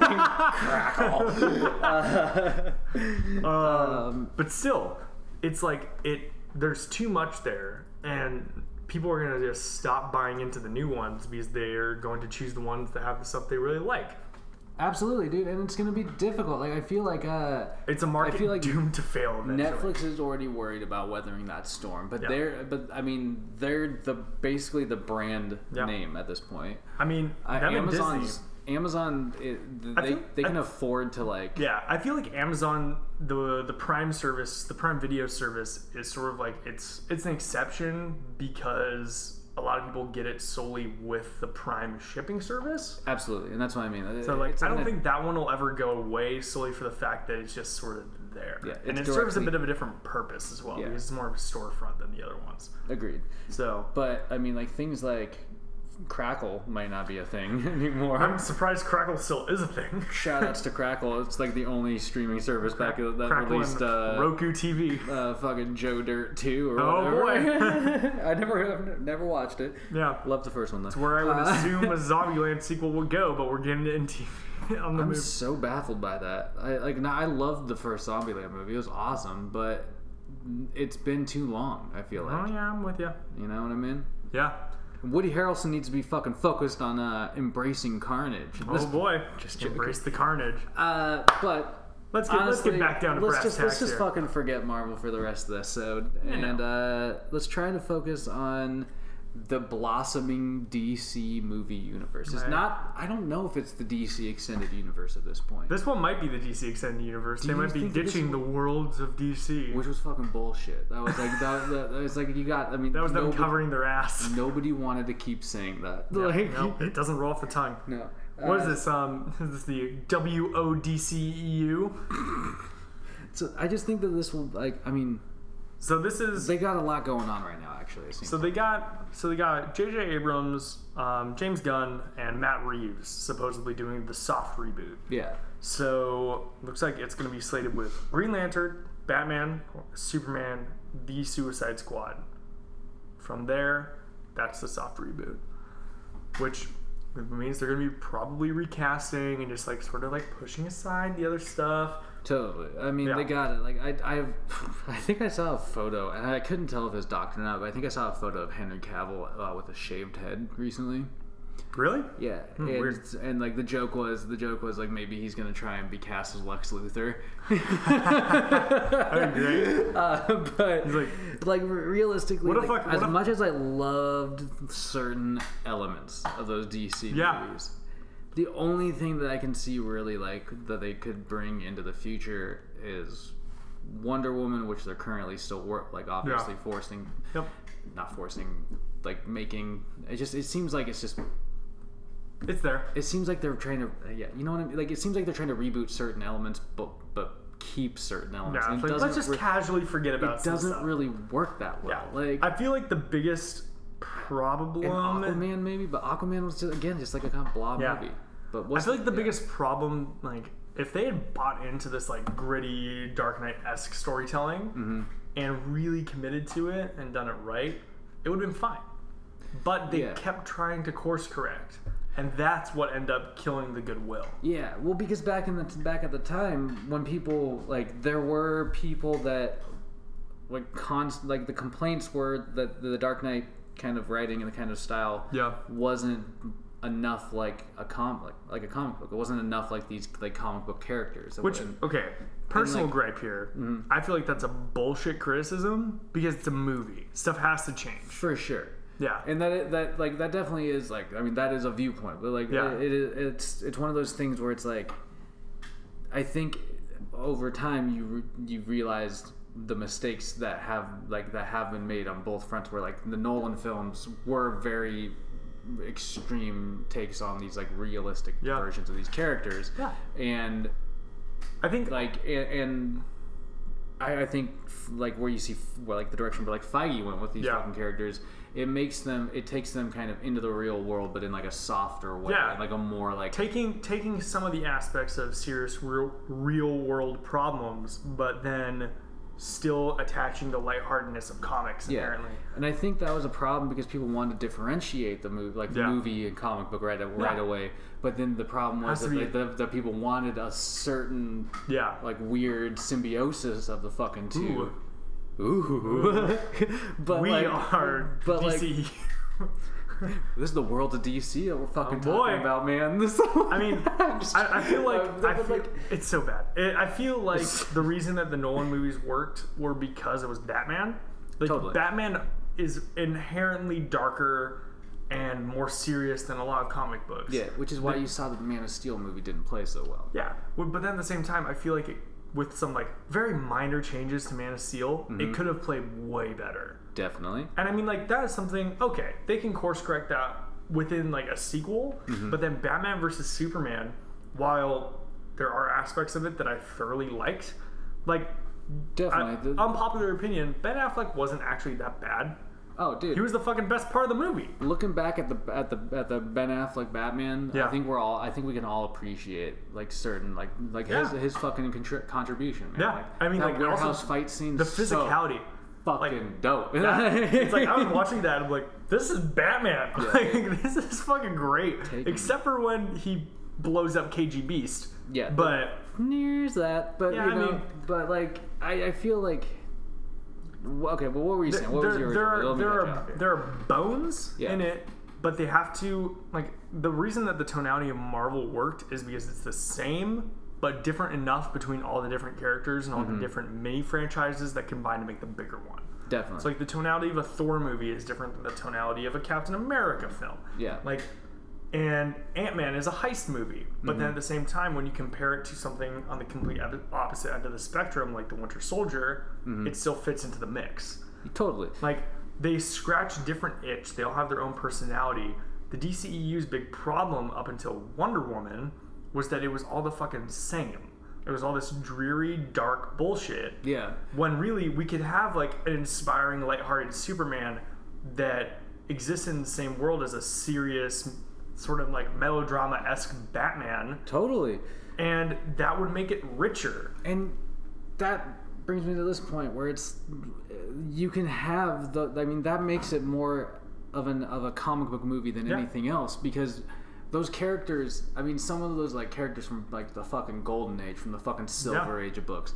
Speaker 2: um,
Speaker 3: But still, it's like it. There's too much there, and people are gonna just stop buying into the new ones because they're going to choose the ones that have the stuff they really like.
Speaker 2: absolutely, dude. And it's gonna be difficult. Like I feel like uh,
Speaker 3: It's a market
Speaker 2: feel like
Speaker 3: doomed to fail. Eventually.
Speaker 2: Netflix is already worried about weathering that storm, but
Speaker 3: Yeah.
Speaker 2: they're but I mean they're the basically the brand
Speaker 3: Yeah.
Speaker 2: name at this point.
Speaker 3: I mean,
Speaker 2: Uh,
Speaker 3: them and
Speaker 2: Amazon's
Speaker 3: Disney.
Speaker 2: Amazon it, they
Speaker 3: think-
Speaker 2: they
Speaker 3: I-
Speaker 2: can afford to like
Speaker 3: Yeah, I feel like Amazon, the the Prime service, the Prime Video service, is sort of like it's it's an exception because a lot of people get it solely with the Prime shipping service.
Speaker 2: absolutely, and that's what I mean.
Speaker 3: So like,
Speaker 2: It's
Speaker 3: I don't
Speaker 2: gonna-
Speaker 3: think that one will ever go away solely for the fact that it's just sort of there.
Speaker 2: Yeah,
Speaker 3: and it
Speaker 2: it's
Speaker 3: serves a
Speaker 2: directly-
Speaker 3: bit of a different purpose as well
Speaker 2: Yeah.
Speaker 3: because it's more of a storefront than the other ones.
Speaker 2: agreed.
Speaker 3: So
Speaker 2: But I mean, like things like Crackle might not be a thing [LAUGHS] anymore.
Speaker 3: I'm surprised Crackle still is a thing.
Speaker 2: Shout outs to Crackle. It's like the only streaming service
Speaker 3: [LAUGHS]
Speaker 2: back that
Speaker 3: Crackle
Speaker 2: released
Speaker 3: and
Speaker 2: uh, [LAUGHS]
Speaker 3: Roku TV.
Speaker 2: uh, fucking Joe Dirt 2 or
Speaker 3: Oh,
Speaker 2: whatever. [LAUGHS]
Speaker 3: [LAUGHS]
Speaker 2: I never I've never watched it.
Speaker 3: Yeah,
Speaker 2: Love the first one though.
Speaker 3: where I would
Speaker 2: Uh, [LAUGHS]
Speaker 3: assume a Zombieland sequel would go, but we're getting it in TV [LAUGHS] on the
Speaker 2: I'm
Speaker 3: movie.
Speaker 2: so baffled by that. I like now I loved the first Zombieland movie. It was awesome, but it's been too long, I feel
Speaker 3: Oh
Speaker 2: like.
Speaker 3: yeah, I'm with you.
Speaker 2: You know what I mean?
Speaker 3: Yeah.
Speaker 2: Woody Harrelson needs to be fucking focused on uh, embracing carnage.
Speaker 3: Oh boy,
Speaker 2: just
Speaker 3: just
Speaker 2: joking.
Speaker 3: embrace the carnage.
Speaker 2: Uh, but
Speaker 3: Let's get
Speaker 2: honestly,
Speaker 3: let's get back down to
Speaker 2: let's
Speaker 3: brass
Speaker 2: just,
Speaker 3: tacks
Speaker 2: Let's just
Speaker 3: here.
Speaker 2: fucking forget Marvel for the rest of this. So, and uh, let's try to focus on the blossoming DC movie universe. It's
Speaker 3: Right.
Speaker 2: not. I don't know if it's the DC extended universe at this point,
Speaker 3: This one might be the DC extended universe. they
Speaker 2: you
Speaker 3: might be
Speaker 2: think that this
Speaker 3: ditching the worlds of DC.
Speaker 2: which was fucking bullshit. That was like that. that, that was like you got. I mean,
Speaker 3: that was them
Speaker 2: nobody,
Speaker 3: covering their
Speaker 2: [LAUGHS]
Speaker 3: ass.
Speaker 2: Nobody wanted to keep saying that. Like,
Speaker 3: no, [LAUGHS]
Speaker 2: [LAUGHS]
Speaker 3: it doesn't roll off the tongue.
Speaker 2: no.
Speaker 3: What is
Speaker 2: Uh,
Speaker 3: this? Um, [LAUGHS] is this the W O D C E U?
Speaker 2: So I just think that this will like. I mean,
Speaker 3: So this is
Speaker 2: they got a lot going on right now. Actually, it seems.
Speaker 3: So they got so they got J.J. Abrams, um, James Gunn, and Matt Reeves supposedly doing the soft reboot.
Speaker 2: yeah.
Speaker 3: So looks like it's going to be slated with Green Lantern, Batman, Superman, The Suicide Squad. From there, that's the soft reboot, which means they're going to be probably recasting and just like sort of like pushing aside the other stuff.
Speaker 2: Totally. I mean,
Speaker 3: Yeah.
Speaker 2: they got it. Like I, I, have, [LAUGHS] I think I saw a photo, and I couldn't tell if it was doctor or not, but I think I saw a photo of Henry Cavill uh, with a shaved head recently. [LAUGHS]
Speaker 3: Really? [LAUGHS]
Speaker 2: Yeah, and,
Speaker 3: Hmm, weird.
Speaker 2: and like the joke was, the joke was like maybe he's gonna try and be cast as Lex Luthor. [LAUGHS]
Speaker 3: [LAUGHS] That'd be great.
Speaker 2: Uh, but
Speaker 3: He's like,
Speaker 2: like re- realistically,
Speaker 3: What if
Speaker 2: like,
Speaker 3: I-
Speaker 2: as
Speaker 3: what if-
Speaker 2: much as I loved certain elements of those DC
Speaker 3: Yeah.
Speaker 2: movies, the only thing that I can see really like that they could bring into the future is Wonder Woman, which they're currently still work like obviously
Speaker 3: Yeah.
Speaker 2: forcing,
Speaker 3: yep.
Speaker 2: not forcing, like making. It just it seems like it's just
Speaker 3: It's there.
Speaker 2: it seems like they're trying to uh, yeah you know what I mean like it seems like they're trying to reboot certain elements but but keep certain elements.
Speaker 3: Yeah,
Speaker 2: and
Speaker 3: it's
Speaker 2: it
Speaker 3: like,
Speaker 2: doesn't
Speaker 3: let's just
Speaker 2: re-
Speaker 3: casually forget about
Speaker 2: it
Speaker 3: some
Speaker 2: doesn't
Speaker 3: stuff.
Speaker 2: really work that well. Like
Speaker 3: I feel like the biggest
Speaker 2: and
Speaker 3: problem.
Speaker 2: Aquaman maybe, but Aquaman was just, again just like a kind of blah
Speaker 3: Yeah.
Speaker 2: movie. But
Speaker 3: I
Speaker 2: what's
Speaker 3: feel like the
Speaker 2: yeah.
Speaker 3: biggest problem, like if they had bought into this like gritty Dark Knight esque storytelling
Speaker 2: Mm-hmm.
Speaker 3: and really committed to it and done it right, it would have been fine. But they
Speaker 2: Yeah.
Speaker 3: kept trying to course correct, and that's what ended up killing the goodwill.
Speaker 2: Yeah, well, because back in the back at the time when people like there were people that like const like the complaints were that the Dark Knight kind of writing and the kind of style
Speaker 3: Yeah.
Speaker 2: wasn't enough like a comic like, like a comic book. It wasn't enough like these like comic book characters. It
Speaker 3: Which
Speaker 2: wasn't-
Speaker 3: okay, personal
Speaker 2: like- Mm-hmm.
Speaker 3: gripe here. I feel like that's a bullshit criticism because it's a movie. Stuff has to change.
Speaker 2: for sure.
Speaker 3: Yeah.
Speaker 2: and that that like that definitely is like I mean that is a viewpoint, but like
Speaker 3: Yeah.
Speaker 2: it, it- it's it's one of those things where it's like I think over time you re- you realize the mistakes that have like that have been made on both fronts where like the Nolan films were very extreme takes on these like realistic
Speaker 3: Yeah.
Speaker 2: versions of these characters
Speaker 3: Yeah.
Speaker 2: and
Speaker 3: I think
Speaker 2: like and, and I, I think f- like where you see f- where, like the direction but like Feige went with these
Speaker 3: Yeah.
Speaker 2: fucking characters, it makes them it takes them kind of into the real world, but in like a softer way,
Speaker 3: Yeah.
Speaker 2: like a more like
Speaker 3: taking taking some of the aspects of serious real, real world problems, but then still attaching the lightheartedness of comics apparently.
Speaker 2: And I think that was a problem because people wanted to differentiate the movie, like
Speaker 3: Yeah.
Speaker 2: movie and comic book right, right
Speaker 3: Yeah.
Speaker 2: away. But then the problem was
Speaker 3: Has to
Speaker 2: that
Speaker 3: be-
Speaker 2: like, the, the people wanted a certain
Speaker 3: Yeah.
Speaker 2: like weird symbiosis of the fucking two. Ooh. [LAUGHS] but
Speaker 3: we
Speaker 2: like,
Speaker 3: are
Speaker 2: but, like,
Speaker 3: DC.
Speaker 2: this is the world of DC that we're fucking
Speaker 3: Oh, boy.
Speaker 2: talking about, man. [LAUGHS] This
Speaker 3: [LAUGHS] I mean,
Speaker 2: I'm just-
Speaker 3: I, I feel like
Speaker 2: I'm-
Speaker 3: I feel, it's so bad. It,
Speaker 2: [LAUGHS]
Speaker 3: I feel like the reason that the Nolan movies worked were because it was Batman. Like
Speaker 2: Totally.
Speaker 3: Batman is inherently darker and more serious than a lot of comic books.
Speaker 2: yeah, which is why you saw that the Man of Steel movie didn't play so well.
Speaker 3: Yeah, w- but then at the same time, I feel like it, with some like very minor changes to Man of Steel, it could have played way better.
Speaker 2: Definitely.
Speaker 3: And I mean, like that is something okay they can course correct that within like a sequel. But then Batman versus Superman, while there are aspects of it that I thoroughly liked, like I,
Speaker 2: Definitely. The-
Speaker 3: unpopular opinion, Ben Affleck wasn't actually that bad.
Speaker 2: oh, dude.
Speaker 3: He was the fucking best part of the movie.
Speaker 2: looking back at the at the at the Ben Affleck Batman,
Speaker 3: Yeah.
Speaker 2: I think we're all I think we can all appreciate like certain like like his
Speaker 3: Yeah.
Speaker 2: his fucking contri- contribution, man.
Speaker 3: Yeah.
Speaker 2: like,
Speaker 3: I mean,
Speaker 2: that
Speaker 3: like, also
Speaker 2: warehouse fight scene,
Speaker 3: The physicality.
Speaker 2: fucking dope. [LAUGHS]
Speaker 3: it's like I was watching that. I'm like, this is Batman. [LAUGHS] Like this is fucking great.
Speaker 2: Take him.
Speaker 3: Except for when he blows up KG Beast.
Speaker 2: Yeah.
Speaker 3: But
Speaker 2: Nears that, but
Speaker 3: Yeah,
Speaker 2: you
Speaker 3: I
Speaker 2: know,
Speaker 3: mean-
Speaker 2: but like I, I feel like wh- okay, well, what were you saying? What
Speaker 3: there,
Speaker 2: was your
Speaker 3: there
Speaker 2: original-
Speaker 3: are
Speaker 2: let me
Speaker 3: there
Speaker 2: cut you off
Speaker 3: are
Speaker 2: here.
Speaker 3: there are bones
Speaker 2: Yeah.
Speaker 3: in it, but they have to like the reason that the tonality of Marvel worked is because it's the same but different enough between all the different characters and all
Speaker 2: Mm-hmm.
Speaker 3: the different mini franchises that combine to make the bigger one.
Speaker 2: definitely
Speaker 3: It's like the tonality of a Thor movie is different than the tonality of a Captain America film.
Speaker 2: Yeah.
Speaker 3: Like, and Ant Man is a heist movie, but then at the same time, when you compare it to something on the complete other- opposite end of the spectrum, like the Winter Soldier, it still fits into the mix.
Speaker 2: totally
Speaker 3: Like, they scratch different itch. They all have their own personality. The DCEU's big problem up until Wonder Woman was that it was all the fucking same. It was all this dreary, dark bullshit
Speaker 2: yeah.
Speaker 3: when really we could have like an inspiring, lighthearted Superman that exists in the same world as a serious, sort of like melodrama esque Batman,
Speaker 2: Totally.
Speaker 3: and that would make it richer.
Speaker 2: and that brings me to this point where it's you can have the i mean that makes it more of an of a comic book movie than anything else because those characters i mean some of those like characters from like the fucking golden age from the fucking silver age of books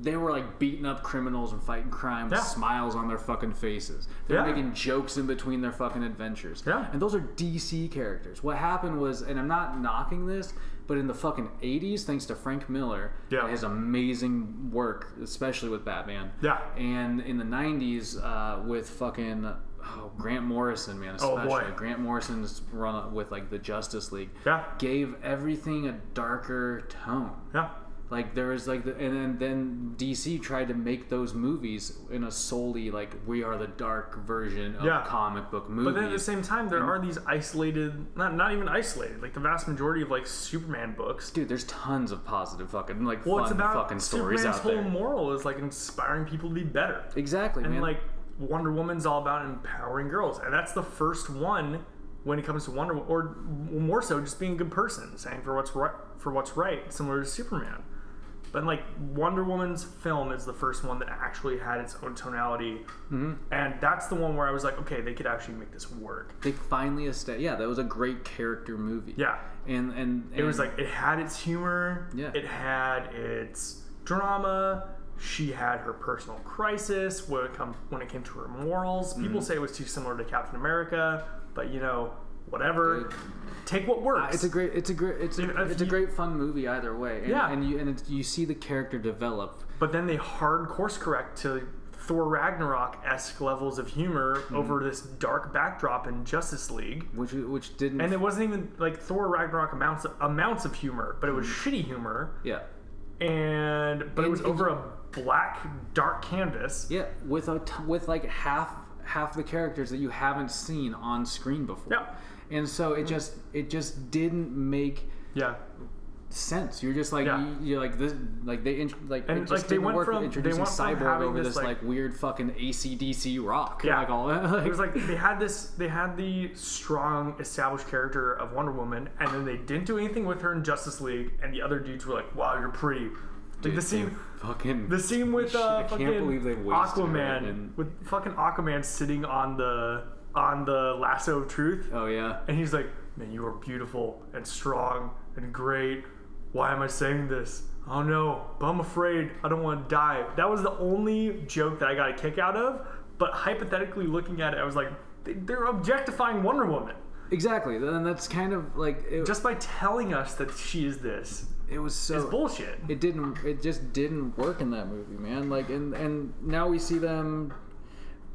Speaker 2: they were like beating up criminals and fighting crime with
Speaker 3: Yeah.
Speaker 2: smiles on their fucking faces. They're
Speaker 3: Yeah.
Speaker 2: making jokes in between their fucking adventures.
Speaker 3: Yeah.
Speaker 2: And those are DC characters. What happened was, and I'm not knocking this, but in the fucking 80s, thanks to Frank Miller,
Speaker 3: Yeah.
Speaker 2: and his amazing work, especially with Batman.
Speaker 3: Yeah.
Speaker 2: And in the 90s, uh, with fucking oh, Grant Morrison, man,
Speaker 3: Oh,
Speaker 2: especially.
Speaker 3: boy.
Speaker 2: Grant Morrison's run with like the Justice League
Speaker 3: Yeah.
Speaker 2: gave everything a darker tone.
Speaker 3: Yeah.
Speaker 2: Like there was like, the, and then, then DC tried to make those movies in a solely like we are the dark version of
Speaker 3: Yeah.
Speaker 2: comic book movies.
Speaker 3: But then at the same time,
Speaker 2: Mm-hmm.
Speaker 3: there are these isolated, not, not even isolated, like the vast majority of like Superman books.
Speaker 2: Dude, there's tons of positive fucking like
Speaker 3: well,
Speaker 2: fun
Speaker 3: it's about
Speaker 2: fucking stories
Speaker 3: Superman's
Speaker 2: out
Speaker 3: whole
Speaker 2: there.
Speaker 3: moral is like inspiring people to be better.
Speaker 2: exactly,
Speaker 3: And
Speaker 2: man.
Speaker 3: like Wonder Woman's all about empowering girls, and that's the first one when it comes to Wonder, or more so, just being a good person, saying for what's right, for what's right, similar to Superman. But like Wonder Woman's film is the first one that actually had its own tonality, and that's the one where I was like, okay, they could actually make this work.
Speaker 2: they finally established. Yeah, that was a great character movie.
Speaker 3: Yeah,
Speaker 2: and and,
Speaker 3: it was like it had its humor,
Speaker 2: Yeah.
Speaker 3: it had its drama. She had her personal crisis when it come when it came to her morals.
Speaker 2: Mm-hmm.
Speaker 3: People say it was too similar to Captain America, but you know, whatever. Take what works.
Speaker 2: it's a great, it's a great, it's a,
Speaker 3: If- if
Speaker 2: it's a
Speaker 3: you-
Speaker 2: great fun movie either way. And,
Speaker 3: Yeah.
Speaker 2: and you and it's you see the character develop.
Speaker 3: but then they hard course correct to Thor Ragnarok esque levels of humor
Speaker 2: Mm-hmm.
Speaker 3: over this dark backdrop in Justice League.
Speaker 2: Which, which didn't
Speaker 3: And it wasn't even like Thor Ragnarok amounts amounts of humor, but it was
Speaker 2: Mm-hmm.
Speaker 3: shitty humor.
Speaker 2: yeah
Speaker 3: and but it
Speaker 2: And-
Speaker 3: was
Speaker 2: and-
Speaker 3: over a black dark canvas.
Speaker 2: yeah with a t- with like half half the characters that you haven't seen on screen before
Speaker 3: Yeah.
Speaker 2: and so it just it just didn't make
Speaker 3: Yeah.
Speaker 2: sense. You're just like
Speaker 3: Yeah.
Speaker 2: you, you're like this like they int- like
Speaker 3: And,
Speaker 2: it just
Speaker 3: like, they
Speaker 2: didn't
Speaker 3: went
Speaker 2: work with
Speaker 3: from- they
Speaker 2: introducing
Speaker 3: went from
Speaker 2: cyborg
Speaker 3: having
Speaker 2: over
Speaker 3: this,
Speaker 2: this like,
Speaker 3: like-
Speaker 2: weird fucking ACDC rock.
Speaker 3: Yeah.
Speaker 2: like all [LAUGHS] that. Like,
Speaker 3: It was like they had this, they had the strong established character of Wonder Woman, and then they didn't do anything with her in Justice League, and the other dudes were like, "Wow, you're pretty." Like
Speaker 2: Dude,
Speaker 3: the
Speaker 2: they
Speaker 3: scene,
Speaker 2: fucking
Speaker 3: the scene with
Speaker 2: Shit,
Speaker 3: uh,
Speaker 2: I can't
Speaker 3: fucking
Speaker 2: believe they wasted
Speaker 3: Aquaman,
Speaker 2: her in-
Speaker 3: with fucking Aquaman sitting on the on the lasso of truth,
Speaker 2: oh yeah.
Speaker 3: and he's like, "Man, you are beautiful and strong and great. Why am I saying this? Oh no, but I'm afraid. I don't want to die." That was the only joke that I got a kick out of. But hypothetically looking at it, I was like, "They- "They're objectifying Wonder Woman
Speaker 2: Exactly. Then that's kind of like it,
Speaker 3: just by telling us that she is this."
Speaker 2: it was so
Speaker 3: It's bullshit.
Speaker 2: it didn't it just didn't work in that movie man like and and now we see them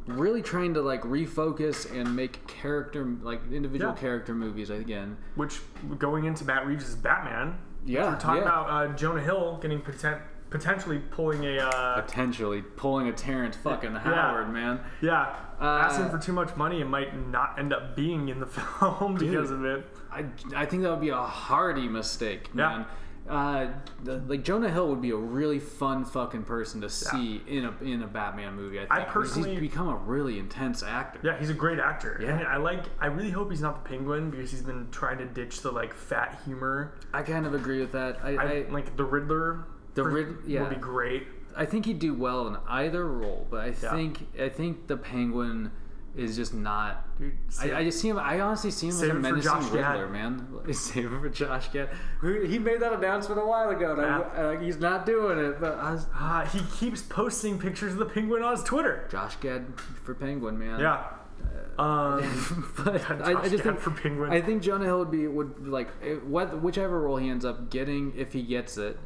Speaker 2: really trying to like refocus and make character like individual
Speaker 3: Yeah.
Speaker 2: character movies again
Speaker 3: Which going into Matt Reeves' Batman,
Speaker 2: yeah
Speaker 3: we're talking
Speaker 2: yeah.
Speaker 3: about uh, Jonah Hill getting poten- potentially pulling a uh,
Speaker 2: potentially pulling a terrence fucking howard man
Speaker 3: yeah,
Speaker 2: Uh,
Speaker 3: asking for too much money and might not end up being in the [LAUGHS] film because of it.
Speaker 2: I, I think that would be a hearty mistake,
Speaker 3: Yeah.
Speaker 2: man. Uh, the- like Jonah Hill would be a really fun fucking person to see in a in a Batman movie. I, think, 'cause
Speaker 3: personally-
Speaker 2: he's become a really intense actor.
Speaker 3: Yeah, he's a great actor.
Speaker 2: Yeah.
Speaker 3: And I like I really hope he's not the penguin because he's been trying to ditch the like fat humor.
Speaker 2: I kind of agree with that. I,
Speaker 3: I,
Speaker 2: I,
Speaker 3: like the Riddler
Speaker 2: The
Speaker 3: for-
Speaker 2: Rid- yeah.
Speaker 3: would be great.
Speaker 2: I think he'd do well in either role, but I think I think the Penguin is just not.
Speaker 3: Dude,
Speaker 2: I, I just see him. I honestly see him as
Speaker 3: Save
Speaker 2: a
Speaker 3: it for
Speaker 2: menacing
Speaker 3: Josh
Speaker 2: Riddler,
Speaker 3: Gad.
Speaker 2: man. [LAUGHS] Save it for Josh Gad. Who- He made that announcement a while ago. And I-
Speaker 3: Yeah.
Speaker 2: and I- he's not doing it, but I was,
Speaker 3: Ah, he keeps posting pictures of the penguin on his Twitter.
Speaker 2: Josh Gad for Penguin, man.
Speaker 3: Yeah.
Speaker 2: uh,
Speaker 3: Um,
Speaker 2: [LAUGHS] but I, I
Speaker 3: Josh
Speaker 2: just
Speaker 3: Gad
Speaker 2: think,
Speaker 3: for Penguin.
Speaker 2: I think Jonah Hill would be would like it, what, whichever role he ends up getting if he gets it,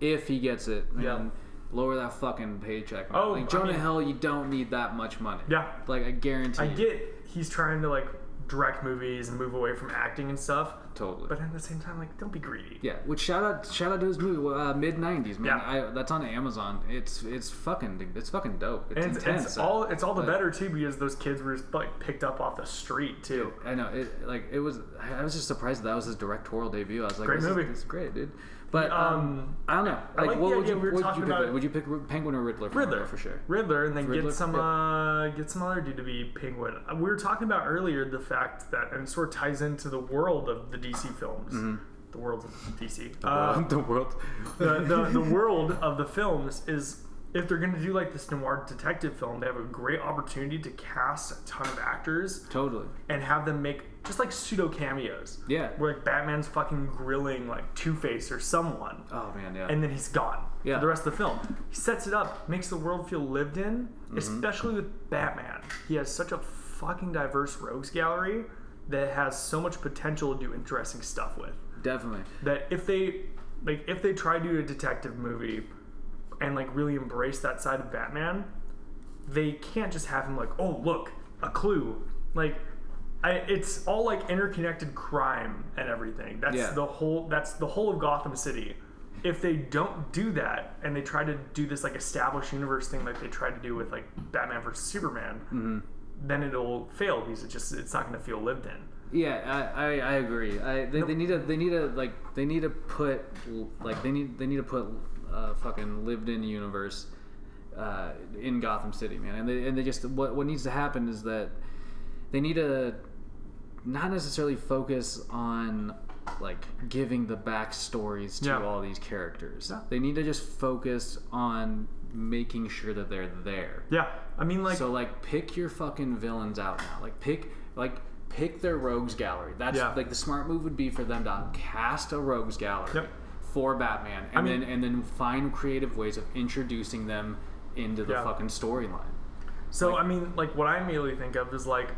Speaker 2: if he gets it, man,
Speaker 3: Yeah.
Speaker 2: lower that fucking paycheck. man.
Speaker 3: Oh, I
Speaker 2: like Jonah
Speaker 3: mean-
Speaker 2: Hill, you don't need that much money.
Speaker 3: Yeah.
Speaker 2: like I guarantee.
Speaker 3: I
Speaker 2: you.
Speaker 3: get he's trying to like direct movies and move away from acting and stuff,
Speaker 2: totally.
Speaker 3: but at the same time, like don't be greedy.
Speaker 2: yeah, which shout out shout out to his movie uh, mid '90s man.
Speaker 3: Yeah.
Speaker 2: I, that's on Amazon. It's it's fucking it's fucking dope. It's
Speaker 3: And it's,
Speaker 2: intense.
Speaker 3: it's all it's all the
Speaker 2: But-
Speaker 3: better too because those kids were just, like picked up off the street too.
Speaker 2: I know it like it was. I was just surprised that, that was his directorial debut. I was like,
Speaker 3: Great
Speaker 2: this is-
Speaker 3: movie.
Speaker 2: this is great, dude. But um,
Speaker 3: Um,
Speaker 2: I don't know. Like,
Speaker 3: like
Speaker 2: what
Speaker 3: the
Speaker 2: would
Speaker 3: idea
Speaker 2: you,
Speaker 3: we were
Speaker 2: what would
Speaker 3: talking
Speaker 2: you pick?
Speaker 3: about-
Speaker 2: Would Would you pick Ri- Penguin or Riddler? For
Speaker 3: Riddler
Speaker 2: for sure.
Speaker 3: Riddler, and then
Speaker 2: Riddler,
Speaker 3: get some uh, get some other dude to be Penguin. Uh, We were talking about earlier the fact that, and it sort of ties into the world of the DC films, the world of DC, uh,
Speaker 2: Mm-hmm.
Speaker 3: [LAUGHS]
Speaker 2: the world.
Speaker 3: the, the the world of the films is if they're going to do like this noir detective film, they have a great opportunity to cast a ton of actors
Speaker 2: totally.
Speaker 3: and have them make just like pseudo cameos.
Speaker 2: Yeah.
Speaker 3: where like Batman's fucking grilling like Two Face or someone
Speaker 2: Oh man, yeah.
Speaker 3: and then he's gone
Speaker 2: Yeah.
Speaker 3: for the rest of the film. He sets it up, makes the world feel lived in,
Speaker 2: Mm-hmm.
Speaker 3: especially with Batman. He has such a fucking diverse rogues gallery that has so much potential to do interesting stuff with.
Speaker 2: Definitely.
Speaker 3: That if they like if they try to do a detective movie and like really embrace that side of Batman, they can't just have him like, "Oh, look, a clue." Like I, it's all like interconnected crime and everything. That's
Speaker 2: Yeah.
Speaker 3: the whole that's the whole of Gotham City. If they don't do that and they try to do this like established universe thing like they tried to do with like Batman versus Superman, then it'll fail because it just it's not going to feel lived in.
Speaker 2: Yeah, I, I, I agree. I they, they need to they need to like they need to put like they need they need to put uh, fucking lived in universe uh, in Gotham City, man. And they and they just what what needs to happen is that they need to not necessarily focus on like giving the backstories to
Speaker 3: Yeah.
Speaker 2: all these characters.
Speaker 3: Yeah.
Speaker 2: They need to just focus on making sure that they're there.
Speaker 3: Yeah. I mean like
Speaker 2: So like pick your fucking villains out now. Like pick like pick their rogues gallery. That's
Speaker 3: Yeah.
Speaker 2: like the smart move would be for them to cast a rogues gallery
Speaker 3: Yep.
Speaker 2: for Batman and
Speaker 3: mean-
Speaker 2: then and then find creative ways of introducing them into the
Speaker 3: Yeah.
Speaker 2: fucking storyline.
Speaker 3: So I mean, like what I immediately think of is like,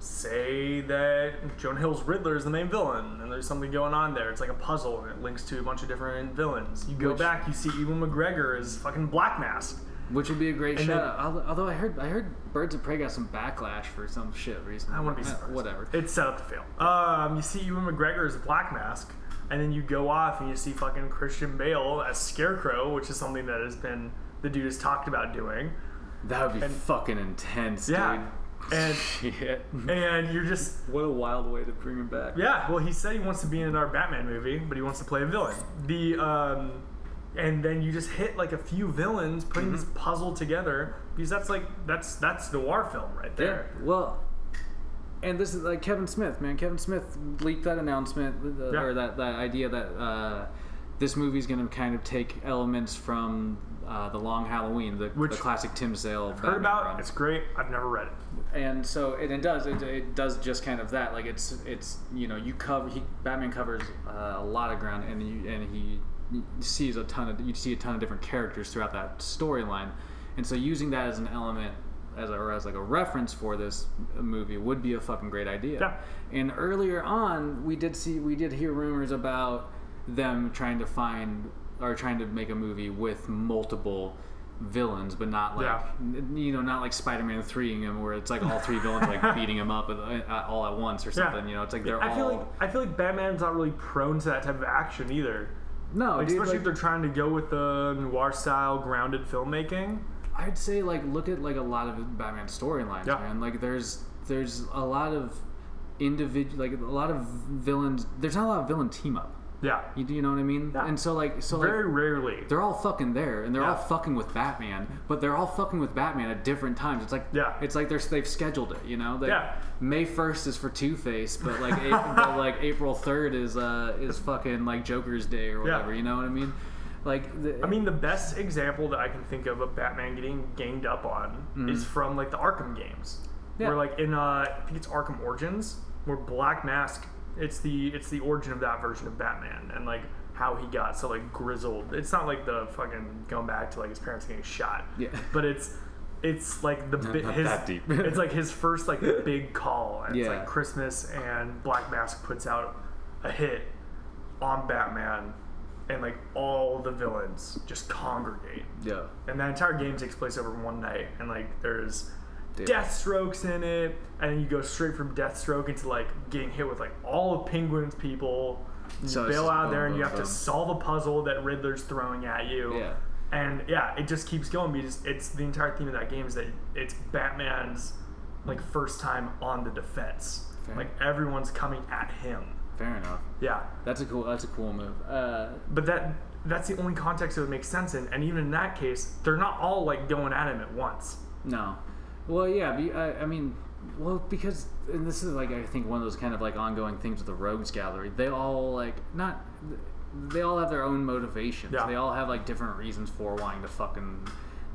Speaker 3: say that Joan Hill's Riddler is the main villain, and there's something going on there. It's like a puzzle, and it links to a bunch of different villains. You go
Speaker 2: Which-
Speaker 3: back, you see Ewan McGregor is fucking Black Mask.
Speaker 2: Which would be a great shout
Speaker 3: then-
Speaker 2: out. Al- Although I heard I heard Birds of Prey got some backlash for some shit recently.
Speaker 3: I wouldn't be
Speaker 2: Eh,
Speaker 3: surprised.
Speaker 2: Whatever.
Speaker 3: It's set up to fail. Um, you see Ewan McGregor as Black Mask, and then you go off and you see fucking Christian Bale as Scarecrow, which is something that has been the dude has talked about doing.
Speaker 2: That would be fucking intense,
Speaker 3: Yeah.
Speaker 2: dude. [LAUGHS]
Speaker 3: and and you're just
Speaker 2: What a wild way to bring him back.
Speaker 3: yeah. Well, he said he wants to be in another Batman movie, but he wants to play a villain. The um, and then you just hit like a few villains, putting this
Speaker 2: Mm-hmm.
Speaker 3: puzzle together because that's like that's that's noir film right
Speaker 2: Yeah.
Speaker 3: there.
Speaker 2: Well, and this is like Kevin Smith, man. Kevin Smith leaked that announcement uh,
Speaker 3: Yeah.
Speaker 2: or that, that idea that uh, this movie's going to kind of take elements from uh, the Long Halloween, the,
Speaker 3: Which
Speaker 2: the classic Tim Sale.
Speaker 3: Heard
Speaker 2: Batman
Speaker 3: about?
Speaker 2: run.
Speaker 3: It's great. I've never read it.
Speaker 2: and so it, it does it, it does just kind of that like it's it's you know you cover he Batman covers uh, a lot of ground and you and he sees a ton of you see a ton of different characters throughout that storyline and so using that as an element as a, or as like a reference for this movie would be a fucking great idea
Speaker 3: Yeah.
Speaker 2: and earlier on we did see we did hear rumors about them trying to find or trying to make a movie with multiple villains but not like
Speaker 3: Yeah.
Speaker 2: n- you know, not like Spider-Man 3 him where it's like all three villains
Speaker 3: [LAUGHS]
Speaker 2: like beating him up at- at- all at once or something. You know, it's like they're
Speaker 3: I
Speaker 2: all
Speaker 3: feel like I feel like Batman's not really prone to that type of action either.
Speaker 2: no,
Speaker 3: Like,
Speaker 2: dude, like,
Speaker 3: especially if they're trying to go with the noir style, grounded filmmaking.
Speaker 2: I'd say like look at like a lot of Batman storylines,
Speaker 3: Yeah.
Speaker 2: man. Like there's there's a lot of individual like a lot of villains. There's not a lot of villain team up.
Speaker 3: Yeah,
Speaker 2: You, you know what I mean?
Speaker 3: Yeah.
Speaker 2: And so like so like
Speaker 3: very rarely.
Speaker 2: they're all fucking there and they're all
Speaker 3: Yeah.
Speaker 2: fucking with Batman, but they're all fucking with Batman at different times. It's like
Speaker 3: Yeah.
Speaker 2: it's like they're they've scheduled it, you know. Like,
Speaker 3: Yeah.
Speaker 2: May first is for Two Face, but
Speaker 3: [LAUGHS]
Speaker 2: like April, but like April third is uh is fucking like Joker's Day or
Speaker 3: Yeah.
Speaker 2: whatever. You know what I mean? Like the,
Speaker 3: I mean, the best example that I can think of of Batman getting ganged up on is from like the Arkham games,
Speaker 2: Mm. Yeah.
Speaker 3: where like in uh, I think it's Arkham Origins, where Black Mask, it's the it's the origin of that version of Batman and like how he got so like grizzled. It's not like the fucking going back to like his parents getting shot,
Speaker 2: Yeah.
Speaker 3: but it's. It's like the
Speaker 2: [LAUGHS]
Speaker 3: bi-
Speaker 2: not
Speaker 3: his,
Speaker 2: that deep.
Speaker 3: it's like his first like big call. And It's
Speaker 2: Yeah.
Speaker 3: like Christmas and Black Mask puts out a hit on Batman, and like all the villains just congregate.
Speaker 2: yeah.
Speaker 3: And that entire game takes place over one night, and like there's
Speaker 2: Dude.
Speaker 3: Deathstrokes in it, and you go straight from Deathstroke into like getting hit with like all of Penguin's people. You
Speaker 2: So it's
Speaker 3: bail
Speaker 2: just
Speaker 3: out
Speaker 2: boom,
Speaker 3: there, and
Speaker 2: boom,
Speaker 3: you have
Speaker 2: boom.
Speaker 3: to solve a puzzle that Riddler's throwing at you.
Speaker 2: Yeah.
Speaker 3: And yeah, it just keeps going because it's the entire theme of that game is that it's Batman's like first time on the defense.
Speaker 2: Fair.
Speaker 3: Like everyone's coming at him.
Speaker 2: Fair enough.
Speaker 3: Yeah.
Speaker 2: That's a cool. That's a cool move. Uh,
Speaker 3: But that that's the only context it would make sense in. And even in that case, they're not all like going at him at once.
Speaker 2: No. Well, yeah. Be, I, I mean, well, because and this is like I think one of those kind of like ongoing things with the Rogues Gallery. They all like not. They all have their own motivations.
Speaker 3: Yeah.
Speaker 2: They all have like different reasons for wanting to fucking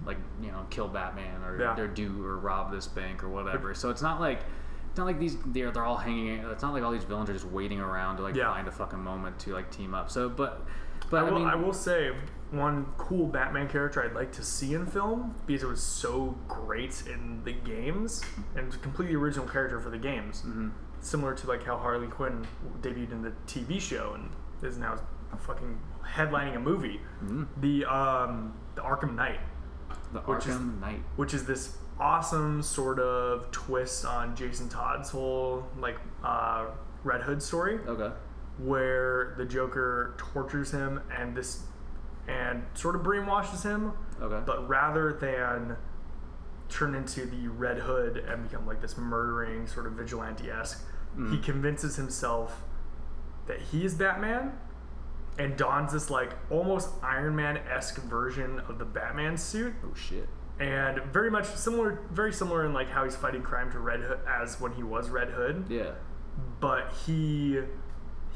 Speaker 2: like you know kill Batman or
Speaker 3: Yeah.
Speaker 2: or do or rob this bank or whatever. So it's not like. It's not like these they're, they're all hanging. It's not like all these villains are just waiting around to like
Speaker 3: Yeah.
Speaker 2: find a fucking moment to like team up. So, but, but
Speaker 3: I,
Speaker 2: I,
Speaker 3: will,
Speaker 2: mean,
Speaker 3: I will say one cool Batman character I'd like to see in film because it was so great in the games and it's a completely original character for the games.
Speaker 2: Mm-hmm.
Speaker 3: Similar to like how Harley Quinn debuted in the TV show and is now fucking headlining a movie.
Speaker 2: Mm-hmm.
Speaker 3: The um, the Arkham Knight.
Speaker 2: the
Speaker 3: which is-
Speaker 2: Arkham Knight.
Speaker 3: which is this awesome sort of twist on Jason Todd's whole like uh, Red Hood story,
Speaker 2: Okay.
Speaker 3: where the Joker tortures him and this and sort of brainwashes him,
Speaker 2: Okay.
Speaker 3: but rather than turn into the Red Hood and become like this murdering sort of vigilante esque, he convinces himself that he is Batman. And dons this like almost Iron Man esque version of the Batman suit,
Speaker 2: oh shit.
Speaker 3: and very much similar, very similar in like how he's fighting crime to Red Hood as when he was Red Hood,
Speaker 2: Yeah.
Speaker 3: but he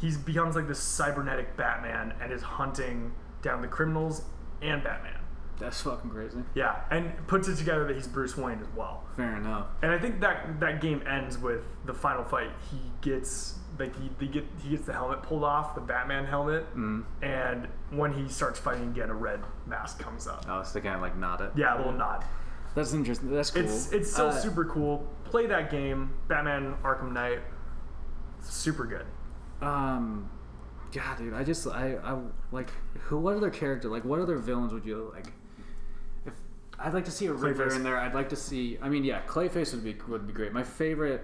Speaker 3: he becomes like this cybernetic Batman and is hunting down the criminals and Batman.
Speaker 2: That's fucking crazy.
Speaker 3: Yeah, and puts it together that he's Bruce Wayne as well.
Speaker 2: Fair enough.
Speaker 3: And I think that that game ends with the final fight. He gets like he, they get he gets the helmet pulled off, the Batman helmet,
Speaker 2: Mm.
Speaker 3: and when he starts fighting again, a red mask comes up.
Speaker 2: Oh, so they kind of like nod it.
Speaker 3: Yeah, a little nod.
Speaker 2: That's interesting. That's cool.
Speaker 3: It's it's still
Speaker 2: Uh,
Speaker 3: super cool. Play that game, Batman Arkham Knight. Super good.
Speaker 2: Um, God, dude, I just I I like who? What other character? Like, what other villains would you like? If I'd like to see a Riddler
Speaker 3: Clayface.
Speaker 2: in there. I'd like to see. I mean, yeah, Clayface would be would be great. My favorite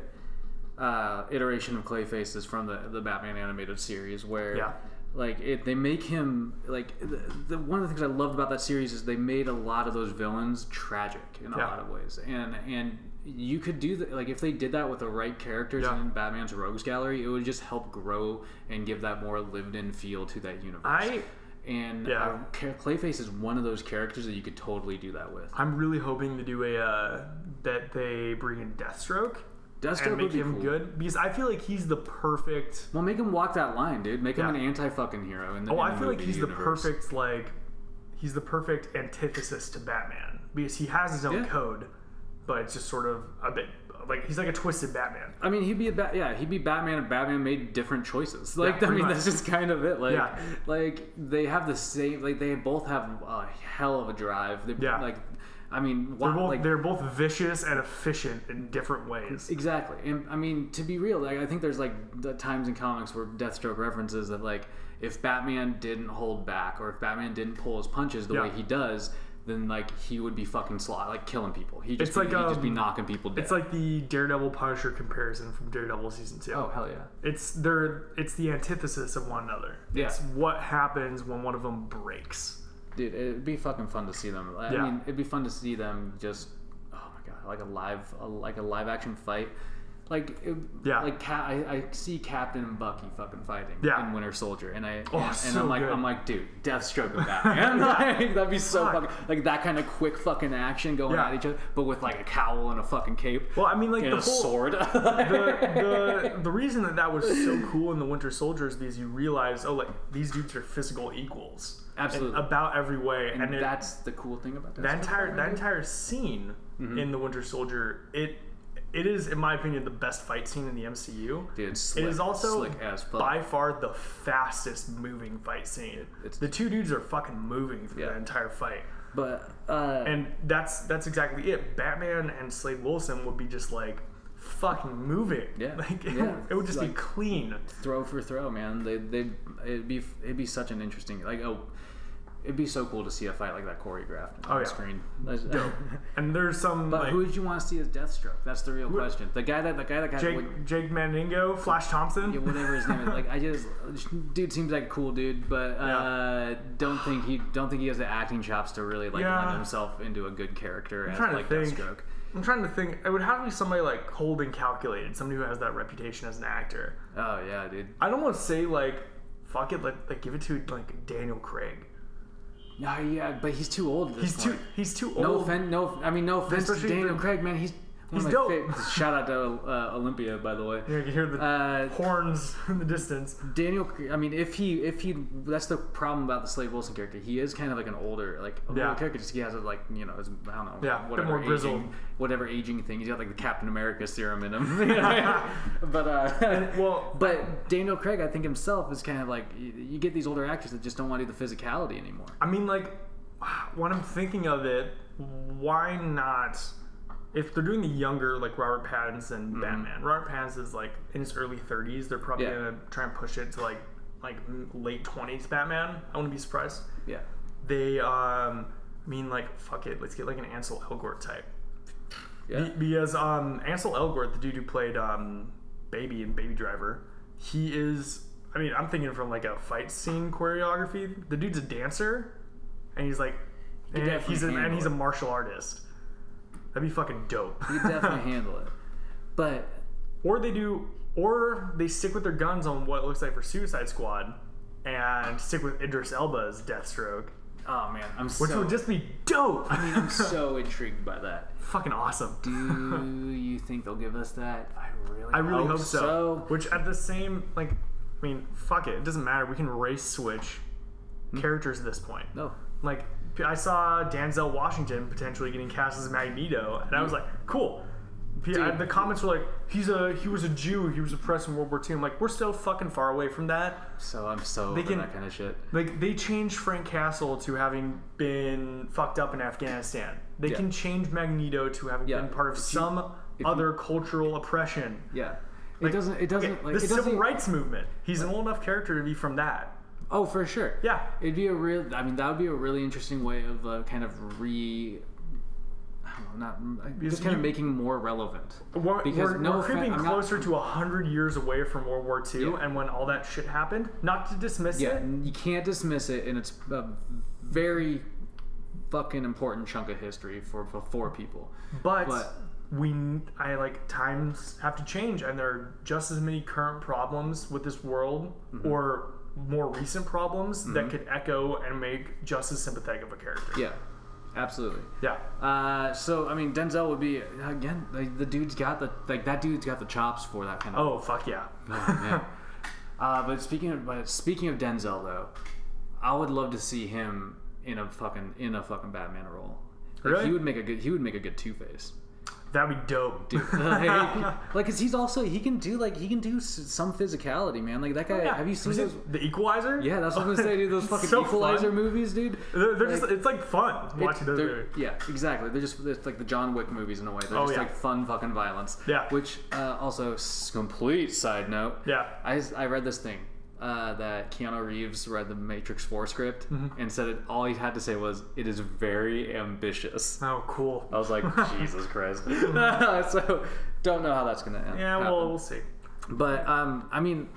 Speaker 2: uh, iteration of Clayface is from the the Batman animated series where.
Speaker 3: Yeah.
Speaker 2: Like it, they make him like the, the, one of the things I loved about that series is they made a lot of those villains tragic in a
Speaker 3: Yeah.
Speaker 2: lot of ways, and and you could do that. Like if they did that with the right characters
Speaker 3: Yeah.
Speaker 2: in Batman's Rogues Gallery, it would just help grow and give that more lived-in feel to that universe.
Speaker 3: I
Speaker 2: and
Speaker 3: Yeah.
Speaker 2: uh, Ca- Clayface is one of those characters that you could totally do that with.
Speaker 3: I'm really hoping to do a uh, that they bring in Deathstroke
Speaker 2: Deathstroke
Speaker 3: and
Speaker 2: would
Speaker 3: make
Speaker 2: be
Speaker 3: him
Speaker 2: cool.
Speaker 3: good because I feel like he's the perfect.
Speaker 2: Well, make him walk that line, dude. Make
Speaker 3: Yeah.
Speaker 2: him an anti-fucking hero. In the,
Speaker 3: Oh,
Speaker 2: in
Speaker 3: I
Speaker 2: the
Speaker 3: feel like
Speaker 2: movie
Speaker 3: he's the
Speaker 2: universe.
Speaker 3: perfect like he's the perfect antithesis to Batman because he has his own
Speaker 2: Yeah.
Speaker 3: code, but it's just sort of a bit like he's like a twisted Batman.
Speaker 2: I mean, he'd be a ba- yeah, he'd be Batman if Batman made different choices. Like, I
Speaker 3: pretty
Speaker 2: mean,
Speaker 3: much.
Speaker 2: that's just kind of it. Like,
Speaker 3: Yeah.
Speaker 2: like they have the same. Like, they both have a hell of a drive. They,
Speaker 3: Yeah.
Speaker 2: Like, I mean,
Speaker 3: They're
Speaker 2: wow,
Speaker 3: both
Speaker 2: like
Speaker 3: they're both vicious and efficient in different ways.
Speaker 2: Exactly, and I mean to be real, like I think there's like the times in comics where Deathstroke references that like if Batman didn't hold back or if Batman didn't pull his punches the
Speaker 3: Yeah.
Speaker 2: way he does, then like he would be fucking slot like killing people. He just
Speaker 3: It's
Speaker 2: be,
Speaker 3: like,
Speaker 2: he'd just be
Speaker 3: um,
Speaker 2: knocking people dead.
Speaker 3: It's like the Daredevil Punisher comparison from Daredevil season two.
Speaker 2: oh hell yeah,
Speaker 3: It's they're it's the antithesis of one another.
Speaker 2: Yeah.
Speaker 3: It's what happens when one of them breaks.
Speaker 2: dude, it'd be fucking fun to see them. I
Speaker 3: Yeah.
Speaker 2: mean, it'd be fun to see them just oh my god, like a live a, like a live action fight. Like it,
Speaker 3: Yeah.
Speaker 2: like Cap, I, I see Captain and Bucky fucking fighting
Speaker 3: Yeah.
Speaker 2: in Winter Soldier, and I
Speaker 3: Oh,
Speaker 2: and, and
Speaker 3: so
Speaker 2: I'm like
Speaker 3: good.
Speaker 2: I'm like dude, Deathstroke
Speaker 3: [LAUGHS]
Speaker 2: and Batman, [LAUGHS] like, that'd be so
Speaker 3: Fuck.
Speaker 2: fucking like that kind of quick fucking action going
Speaker 3: Yeah.
Speaker 2: at each other, but with like a cowl and a fucking cape
Speaker 3: Well, I mean, like
Speaker 2: and
Speaker 3: the
Speaker 2: a
Speaker 3: whole
Speaker 2: sword. [LAUGHS]
Speaker 3: the, the the reason that that was so cool in the Winter Soldier is because you realize, oh, like these dudes are physical equals, in
Speaker 2: Absolutely.
Speaker 3: about every way, and, it,
Speaker 2: That's the cool thing about Deathstroke.
Speaker 3: that entire that entire scene
Speaker 2: Mm-hmm.
Speaker 3: in the Winter Soldier, it it is, in my opinion, the best fight scene in the MCU.
Speaker 2: Dude,
Speaker 3: It
Speaker 2: slick,
Speaker 3: is also
Speaker 2: slick as fuck.
Speaker 3: by far the fastest moving fight scene.
Speaker 2: It's-
Speaker 3: the two dudes are fucking moving through
Speaker 2: Yeah.
Speaker 3: that entire fight,
Speaker 2: but uh,
Speaker 3: and that's that's exactly it. Batman and Slade Wilson would be just like fucking moving.
Speaker 2: Yeah.
Speaker 3: [LAUGHS] like it,
Speaker 2: Yeah.
Speaker 3: would just be
Speaker 2: Like-
Speaker 3: clean.
Speaker 2: throw for throw, man. They they it'd be it'd be such an interesting like oh, it'd be so cool to see a fight like that choreographed on
Speaker 3: Oh, yeah.
Speaker 2: screen. That's-
Speaker 3: And there's
Speaker 2: [LAUGHS]
Speaker 3: some
Speaker 2: but
Speaker 3: like,
Speaker 2: who would you want to see as Deathstroke? That's the real question. The guy that the guy that got
Speaker 3: Jake
Speaker 2: what-
Speaker 3: Jake Mandingo, Flash Thompson.
Speaker 2: yeah, whatever his name is.
Speaker 3: [LAUGHS]
Speaker 2: Like I just dude seems like a cool dude, but uh, don't think he don't think he has the acting chops to really like
Speaker 3: Yeah.
Speaker 2: lend himself into a good character as
Speaker 3: trying to
Speaker 2: like
Speaker 3: think.
Speaker 2: Deathstroke.
Speaker 3: I'm trying to think. It would have to be somebody like cold and calculated, somebody who has that reputation as an actor.
Speaker 2: Oh yeah, dude.
Speaker 3: I don't want to say like, fuck it, like, like give it to like Daniel Craig.
Speaker 2: No, yeah, but he's too old. At this
Speaker 3: He's
Speaker 2: point.
Speaker 3: too he's too old.
Speaker 2: No offense. No, I mean no offense to
Speaker 3: Especially
Speaker 2: Daniel
Speaker 3: the-
Speaker 2: Craig, man. He's one
Speaker 3: He's
Speaker 2: of my
Speaker 3: dope.
Speaker 2: fav- Shout out to uh, Olympia, by the way.
Speaker 3: [LAUGHS] You can hear the
Speaker 2: Uh,
Speaker 3: horns [LAUGHS] in the distance.
Speaker 2: Daniel, I mean, if he, if he, that's the problem about the Slade Wilson character. He is kind of like an older, like a
Speaker 3: Yeah.
Speaker 2: older character. Just he has a, like, you know, his, I don't know,
Speaker 3: Yeah, bit
Speaker 2: whatever
Speaker 3: more grizzled.
Speaker 2: aging, whatever aging thing. He's got like the Captain America serum in
Speaker 3: [LAUGHS]
Speaker 2: him. [LAUGHS] but uh,
Speaker 3: well,
Speaker 2: but Daniel Craig, I think himself is kind of like you, you get these older actors that just don't want to do the physicality anymore.
Speaker 3: I mean, like, [SIGHS] when I'm thinking of it, why not? If they're doing the younger, like Robert Pattinson Batman, Robert Pattinson's like in his early 30s. They're probably
Speaker 2: Yeah.
Speaker 3: gonna try and push it to like like m- late 20s Batman. I wouldn't be surprised.
Speaker 2: Yeah,
Speaker 3: They um, I mean like fuck it, let's get like an Ansel Elgort type.
Speaker 2: yeah.
Speaker 3: Be- Because um, Ansel Elgort, the dude who played um, Baby in Baby Driver, he is. I mean, I'm thinking from like a fight scene choreography. The dude's a dancer, and he's like, and
Speaker 2: definitely
Speaker 3: he's an, and
Speaker 2: handle
Speaker 3: he's a
Speaker 2: it.
Speaker 3: martial artist. That'd be fucking dope.
Speaker 2: You could
Speaker 3: [LAUGHS]
Speaker 2: definitely [LAUGHS] handle it. But
Speaker 3: or they do, or they stick with their guns on what it looks like for Suicide Squad, and stick with Idris Elba's Deathstroke,
Speaker 2: oh man, I'm
Speaker 3: which
Speaker 2: so
Speaker 3: would just be dope. I mean,
Speaker 2: I'm [LAUGHS] so intrigued by that.
Speaker 3: [LAUGHS] fucking awesome.
Speaker 2: Do you think they'll give us that? I really,
Speaker 3: I really hope, so. Which at the same like I mean, fuck it, it doesn't matter. We can race switch
Speaker 2: Hmm.
Speaker 3: characters at this point.
Speaker 2: No,
Speaker 3: Like I saw Danzel Washington potentially getting cast as Magneto, and I
Speaker 2: Hmm.
Speaker 3: was like, cool. P- I- the comments were like, he's a he was a Jew, he was oppressed in World War II. I'm like, we're so fucking far away from that.
Speaker 2: so I'm so over
Speaker 3: can-
Speaker 2: that kind of shit.
Speaker 3: Like they changed Frank Castle to having been fucked up in Afghanistan. They
Speaker 2: Yeah.
Speaker 3: can change Magneto to having
Speaker 2: Yeah.
Speaker 3: been part of
Speaker 2: If you-
Speaker 3: some
Speaker 2: if you-
Speaker 3: other cultural oppression.
Speaker 2: Yeah, it doesn't. It doesn't.
Speaker 3: Okay,
Speaker 2: like,
Speaker 3: the
Speaker 2: it doesn't,
Speaker 3: civil rights movement. He's an old enough character to be from that.
Speaker 2: Oh, for sure.
Speaker 3: Yeah.
Speaker 2: It'd be a real. I mean, that would be a really interesting way of uh, kind of re. I don't know, not just kind of
Speaker 3: you-
Speaker 2: making more relevant.
Speaker 3: We're,
Speaker 2: Because
Speaker 3: we're,
Speaker 2: no
Speaker 3: we're creeping
Speaker 2: offen- I'm not-
Speaker 3: closer to a hundred years away from World War II,
Speaker 2: Yeah.
Speaker 3: and when all that shit happened. Not to dismiss
Speaker 2: Yeah,
Speaker 3: it.
Speaker 2: and you can't dismiss it, and it's a very fucking important chunk of history for for, for people.
Speaker 3: But,
Speaker 2: But
Speaker 3: we I like times have to change, and there are just as many current problems with this world
Speaker 2: Mm-hmm.
Speaker 3: or more recent problems that could echo and make just as sympathetic of a character.
Speaker 2: Yeah, absolutely.
Speaker 3: Yeah.
Speaker 2: Uh, so I mean, Denzel would be again. Like, the dude's got the like that dude's got the chops for that kind of.
Speaker 3: Oh fuck yeah.
Speaker 2: man.
Speaker 3: Oh.
Speaker 2: uh, but speaking of but speaking of Denzel though, I would love to see him in a fucking in a fucking Batman role. Like,
Speaker 3: Really?
Speaker 2: He would make a good he would make a good Two
Speaker 3: [LAUGHS]
Speaker 2: Face.
Speaker 3: [LAUGHS] That'd be dope.
Speaker 2: Dude, [LAUGHS]
Speaker 3: [LAUGHS]
Speaker 2: like, like, 'cause he's also he can do like he can do s- some physicality, man. Like that guy.
Speaker 3: Oh, Yeah.
Speaker 2: Have you seen
Speaker 3: Was
Speaker 2: those?
Speaker 3: it The Equalizer?
Speaker 2: Yeah, that's what I'm gonna say, dude. Those
Speaker 3: It's
Speaker 2: fucking
Speaker 3: so
Speaker 2: Equalizer
Speaker 3: fun.
Speaker 2: movies, dude.
Speaker 3: They're, they're
Speaker 2: Like-
Speaker 3: just, it's like fun watching those.
Speaker 2: They're-
Speaker 3: movies.
Speaker 2: yeah, exactly. They're just it's like the John Wick movies in a way. They're
Speaker 3: Oh,
Speaker 2: just
Speaker 3: yeah.
Speaker 2: like fun fucking violence.
Speaker 3: Yeah.
Speaker 2: Which uh, also s- complete side note.
Speaker 3: Yeah.
Speaker 2: I, I read this thing uh, that Keanu Reeves read the Matrix Four script
Speaker 3: Mm-hmm.
Speaker 2: and said it, all he had to say was it is very
Speaker 3: [LAUGHS]
Speaker 2: ambitious.
Speaker 3: Oh, cool.
Speaker 2: I was like Jesus
Speaker 3: [LAUGHS]
Speaker 2: Christ. [LAUGHS] so don't know how that's gonna end.
Speaker 3: yeah, well, we'll see.
Speaker 2: But um, I mean,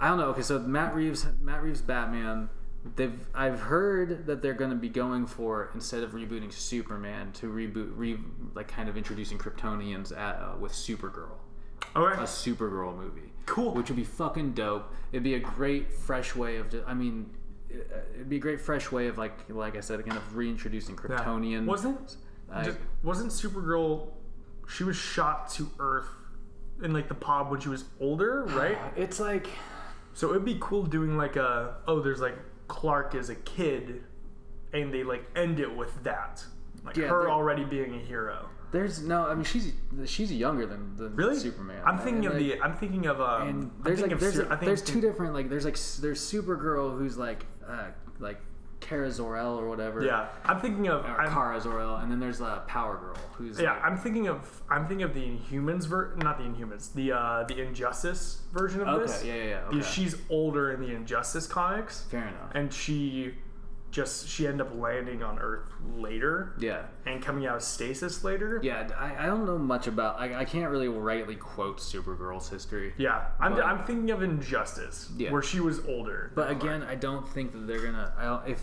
Speaker 2: I don't know. Okay, so Matt Reeves, Matt Reeves Batman. They've I've heard that they're going to be going for instead of rebooting Superman to reboot, re, like kind of introducing Kryptonians at, uh, with Supergirl,
Speaker 3: Okay.
Speaker 2: a Supergirl movie.
Speaker 3: Cool.
Speaker 2: Which would be fucking dope. It'd be a great fresh way of. I mean, it- it'd be a great fresh way of like like I said, kind of reintroducing
Speaker 3: Yeah.
Speaker 2: Kryptonian.
Speaker 3: Wasn't
Speaker 2: like-
Speaker 3: just- wasn't Supergirl? She was shot to Earth in like the pod when she was
Speaker 2: [SIGHS]
Speaker 3: older, right?
Speaker 2: It's like
Speaker 3: so it'd be cool doing like a oh, there's like Clark as a kid, and they like end it with that, like
Speaker 2: Yeah,
Speaker 3: her
Speaker 2: they're-
Speaker 3: already being a hero.
Speaker 2: there's no. I mean, she's she's younger than, than
Speaker 3: Really,
Speaker 2: Superman.
Speaker 3: I'm
Speaker 2: right?
Speaker 3: thinking of
Speaker 2: Like-
Speaker 3: the. I'm thinking of um.
Speaker 2: and
Speaker 3: I'm
Speaker 2: there's
Speaker 3: thinking
Speaker 2: like
Speaker 3: of
Speaker 2: there's
Speaker 3: Ser- I think
Speaker 2: there's
Speaker 3: I'm
Speaker 2: two
Speaker 3: thinking-
Speaker 2: different like there's like s- there's Supergirl who's like uh like Kara Zor-El or whatever
Speaker 3: Yeah, I'm thinking of.
Speaker 2: or
Speaker 3: I'm-
Speaker 2: Kara Zor-El and then there's uh, Power Girl who's
Speaker 3: Yeah,
Speaker 2: like,
Speaker 3: I'm thinking of I'm thinking of the Inhumans ver not the Inhumans, the uh, the Injustice version of
Speaker 2: Okay,
Speaker 3: this.
Speaker 2: yeah, yeah, yeah,
Speaker 3: Because
Speaker 2: okay.
Speaker 3: She's older in the Injustice comics,
Speaker 2: fair enough
Speaker 3: and she just she ended up landing on Earth later
Speaker 2: yeah
Speaker 3: and coming out of stasis later.
Speaker 2: yeah I, I don't know much about I, I can't really rightly quote Supergirl's history
Speaker 3: yeah. I'm,
Speaker 2: But-
Speaker 3: I'm thinking of Injustice,
Speaker 2: Yeah.
Speaker 3: where she was older.
Speaker 2: But again, I don't think that they're gonna. I don't, if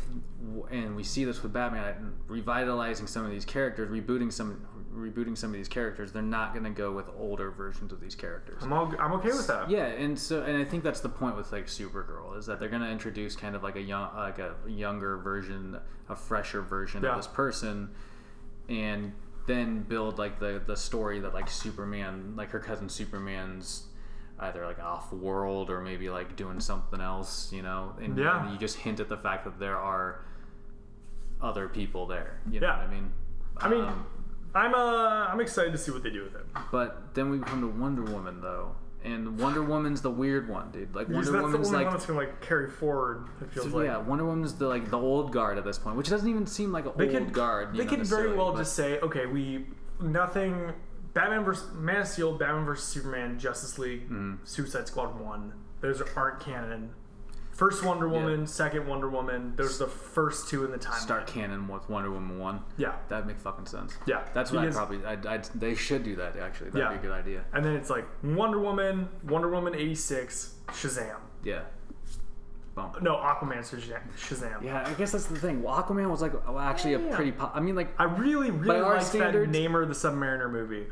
Speaker 2: and we see this with Batman, I- revitalizing some of these characters, rebooting some, rebooting some of these characters, they're not gonna go with older versions of these characters.
Speaker 3: I'm all, I'm okay with that.
Speaker 2: Yeah, and so and I think that's the point with like Supergirl is that they're gonna introduce kind of like a young, like a younger version, a fresher version
Speaker 3: Yeah.
Speaker 2: of this person, and then build like the the story that like Superman, like her cousin Superman's either like off world or maybe like doing something else, you know. And,
Speaker 3: Yeah.
Speaker 2: and you just hint at the fact that there are other people there. You know
Speaker 3: Yeah.
Speaker 2: what I mean?
Speaker 3: I mean,
Speaker 2: Um,
Speaker 3: I'm uh I'm excited to see what they do with it.
Speaker 2: but then we come to Wonder Woman though. And Wonder Woman's the weird one, dude. Like
Speaker 3: Because
Speaker 2: Wonder
Speaker 3: that's the
Speaker 2: Woman's
Speaker 3: only
Speaker 2: like
Speaker 3: one that's gonna like carry forward. It feels
Speaker 2: So,
Speaker 3: like
Speaker 2: yeah, Wonder Woman's the like the old guard at this point, which doesn't even seem like an
Speaker 3: they
Speaker 2: old
Speaker 3: could
Speaker 2: guard. you
Speaker 3: They
Speaker 2: know,
Speaker 3: could very
Speaker 2: necessarily,
Speaker 3: well
Speaker 2: but-
Speaker 3: just say, okay, we nothing. Batman versus Man of Steel, Batman versus Superman, Justice League,
Speaker 2: Mm.
Speaker 3: Suicide Squad one. Those aren't canon. First Wonder Woman, second Wonder Woman. Those are the first two in the timeline.
Speaker 2: start canon with Wonder Woman one.
Speaker 3: Yeah,
Speaker 2: That'd make fucking sense.
Speaker 3: yeah.
Speaker 2: That's what I
Speaker 3: Because-
Speaker 2: probably. I'd, I'd, they should do that actually. That'd
Speaker 3: Yeah.
Speaker 2: be a good idea.
Speaker 3: And then it's like Wonder Woman, Wonder Woman eighty six, Shazam.
Speaker 2: Yeah. Boom.
Speaker 3: No, Aquaman, Shazam. Shazam.
Speaker 2: Yeah, I guess that's the thing. Well, Aquaman was like well, actually a
Speaker 3: Yeah.
Speaker 2: pretty. Po- I mean, like
Speaker 3: I really, really
Speaker 2: By our
Speaker 3: like that
Speaker 2: standards-
Speaker 3: Namer the Submariner movie.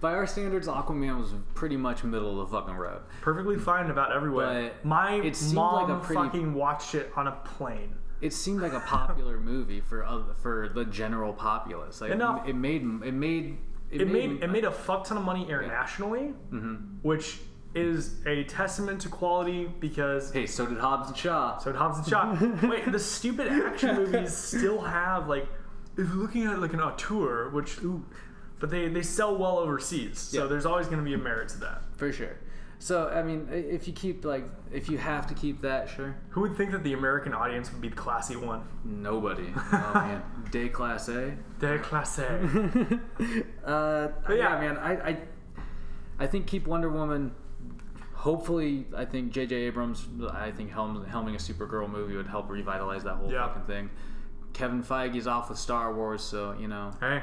Speaker 2: by our standards, Aquaman was pretty much middle of the fucking road.
Speaker 3: Perfectly fine about everywhere.
Speaker 2: But
Speaker 3: My
Speaker 2: it seemed
Speaker 3: mom
Speaker 2: like a pretty-
Speaker 3: fucking watched it on a plane.
Speaker 2: It seemed like a
Speaker 3: [LAUGHS]
Speaker 2: popular movie for oth- for the general populace. Like
Speaker 3: Enough.
Speaker 2: it made it made
Speaker 3: uh, it made it made a fuck ton of money internationally,
Speaker 2: Mm-hmm.
Speaker 3: which is a testament to quality because
Speaker 2: Hey, so did Hobbs and Shaw.
Speaker 3: so did Hobbs and
Speaker 2: [LAUGHS]
Speaker 3: Shaw. Wait, the stupid action movies still have like if you're looking at it like an auteur, which but they they sell well overseas, so
Speaker 2: Yeah.
Speaker 3: there's always going to be a merit to that.
Speaker 2: For sure. So I mean, i- if you keep like, if you have to keep that, sure.
Speaker 3: Who would think that the American audience would be the classy one?
Speaker 2: [LAUGHS] Nobody. Oh man, day class A.
Speaker 3: They're classy.
Speaker 2: [LAUGHS] Uh, yeah.
Speaker 3: yeah.
Speaker 2: man. I, I, I think keep Wonder Woman. Hopefully, I think J.J. Abrams. I think helm, helming a Supergirl movie would help revitalize that whole
Speaker 3: Yeah.
Speaker 2: fucking thing. Kevin Feige's off with Star Wars, so you know
Speaker 3: hey.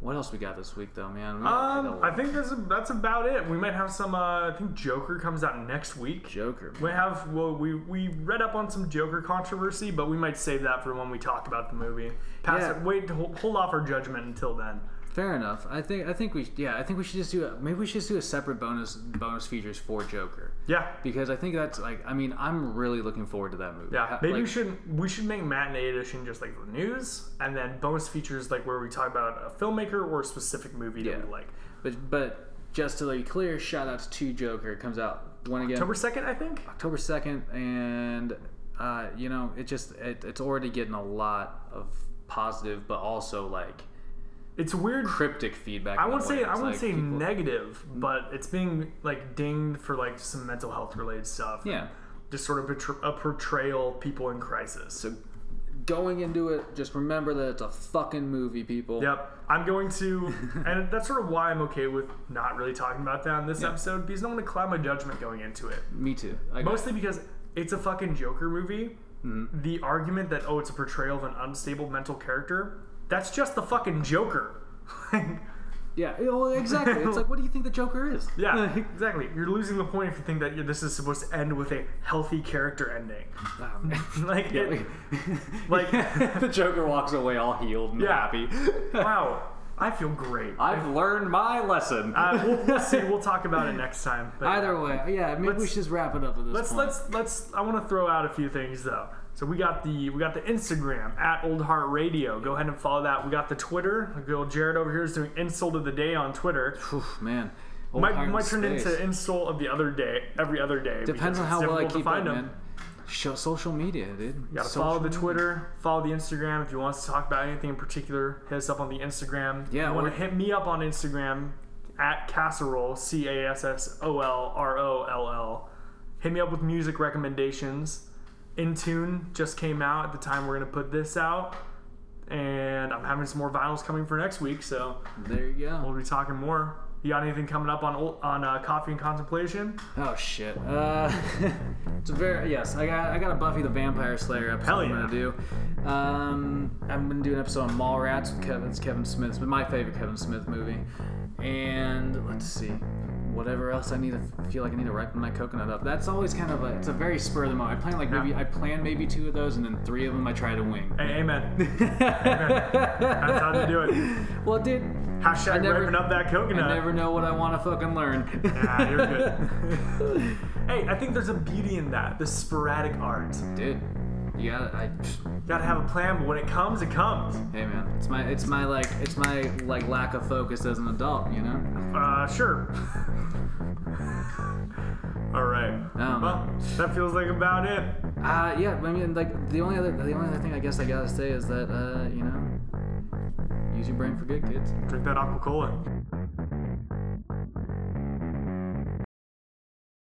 Speaker 2: what else we got this week though, man. We got like,
Speaker 3: Um,
Speaker 2: a
Speaker 3: I think that's, that's about it. We might have some. Uh, I think Joker comes out next week.
Speaker 2: Joker.
Speaker 3: We have well, we we read up on some Joker controversy, but we might save that for when we talk about the movie. Pass
Speaker 2: Yeah.
Speaker 3: it. Wait, hold, hold off our judgment until then.
Speaker 2: Fair enough. I think I think we yeah I think we should just do a, maybe we should just do a separate bonus bonus features for Joker
Speaker 3: Yeah.
Speaker 2: because I think that's like I mean I'm really looking forward to that movie.
Speaker 3: Yeah,
Speaker 2: Ha-
Speaker 3: maybe
Speaker 2: like,
Speaker 3: we should we should make matinee edition just like the news, and then bonus features like where we talk about a filmmaker or a specific movie
Speaker 2: Yeah.
Speaker 3: that we like.
Speaker 2: But but just to be clear, shout outs to Joker. It comes out when again
Speaker 3: October second, I think.
Speaker 2: October second, and uh, you know it just it, it's already getting a lot of positive, but also like
Speaker 3: It's weird.
Speaker 2: cryptic feedback.
Speaker 3: I
Speaker 2: in a
Speaker 3: won't say
Speaker 2: way.
Speaker 3: I
Speaker 2: It's
Speaker 3: won't
Speaker 2: like
Speaker 3: say
Speaker 2: people-
Speaker 3: negative, but it's being like dinged for like some mental health related stuff.
Speaker 2: Yeah.
Speaker 3: just sort of betr- a portrayal of people in crisis.
Speaker 2: So going into it, just remember that it's a fucking movie, people.
Speaker 3: Yep. I'm going
Speaker 2: [LAUGHS]
Speaker 3: to, and that's sort of why I'm okay with not really talking about that in this episode because I don't want to cloud my judgment going into it.
Speaker 2: Me too. I got
Speaker 3: Mostly because it's a fucking Joker movie.
Speaker 2: Mm-hmm.
Speaker 3: The argument that, oh, it's a portrayal of an unstable mental character, that's just the fucking Joker. [LAUGHS]
Speaker 2: Yeah, yeah, well, exactly. It's like, what do you think the Joker is? [LAUGHS]
Speaker 3: yeah, exactly. You're losing the point if you think that you this is supposed to end with a healthy character ending. [LAUGHS]
Speaker 2: Ah, [LAUGHS] man.
Speaker 3: Like, it-
Speaker 2: like
Speaker 3: [LAUGHS] Like-
Speaker 2: the Joker walks away all healed and
Speaker 3: Yeah. [LAUGHS]
Speaker 2: happy. [LAUGHS]
Speaker 3: wow, I feel great.
Speaker 2: I've learned my lesson. [LAUGHS]
Speaker 3: Uh, we'll, we'll see. We'll talk about it next time. But
Speaker 2: Either way, yeah, maybe we
Speaker 3: Let's-
Speaker 2: should just wrap it up at this
Speaker 3: let's
Speaker 2: point.
Speaker 3: let's let's i want to throw out a few things though so we got the we got the instagram at old heart radio go ahead and follow that we got the twitter go jared over here is doing insult of the day on twitter
Speaker 2: Oof, man. Old
Speaker 3: might,
Speaker 2: iron
Speaker 3: might turn
Speaker 2: space.
Speaker 3: into insult of the other day every other day
Speaker 2: Depends
Speaker 3: because
Speaker 2: on
Speaker 3: it's
Speaker 2: how well I
Speaker 3: difficult to
Speaker 2: keep up,
Speaker 3: find 'em.
Speaker 2: man. Show social media, dude.
Speaker 3: You gotta
Speaker 2: Social
Speaker 3: follow the
Speaker 2: media.
Speaker 3: Twitter, follow the Instagram. If you want us to talk about anything in particular, hit us up on the Instagram.
Speaker 2: Yeah,
Speaker 3: you want
Speaker 2: or-
Speaker 3: to hit me up on Instagram at casserole c a s s o l r o l l. Hit me up with music recommendations. In tune just came out at the time we're gonna put this out, and I'm having some more vinyls coming for next week, so
Speaker 2: There you go.
Speaker 3: we'll be talking more. You got anything coming up on Ol- on uh, coffee and contemplation?
Speaker 2: Oh shit. Uh, [LAUGHS] it's a very yes. I got I got a Buffy the Vampire Slayer episode
Speaker 3: Hell
Speaker 2: I'm
Speaker 3: yeah.
Speaker 2: gonna do. Um, I'm gonna do an episode on Mallrats with Kevin. It's Kevin Smith's, but my favorite Kevin Smith movie. And let's see, whatever else I need to feel like I need to ripen my coconut up. That's always kind of a it's a very spur of the moment. I plan like maybe
Speaker 3: Yeah.
Speaker 2: I plan maybe two of those, and then three of them I try to
Speaker 3: [LAUGHS]
Speaker 2: wing. [LAUGHS]
Speaker 3: Hey, amen.
Speaker 2: That's
Speaker 3: how to do it.
Speaker 2: Well, dude, I
Speaker 3: Hashtag
Speaker 2: never-
Speaker 3: revving up that coconut.
Speaker 2: I never know what I want to fucking learn.
Speaker 3: Nah, you're good.
Speaker 2: [LAUGHS]
Speaker 3: hey, I think there's a beauty in that, the sporadic art.
Speaker 2: Dude, you gotta. I,
Speaker 3: Gotta have a plan, but when it comes, it comes.
Speaker 2: hey man, it's my it's my like it's my like lack of focus as an adult, you know.
Speaker 3: Uh, sure. [LAUGHS] All right.
Speaker 2: Um,
Speaker 3: well, that feels like about it.
Speaker 2: Uh, yeah. I mean, like the only other the only other thing I guess I gotta say is that uh, you know, use your brain for good, kids.
Speaker 3: Drink that aqua cola.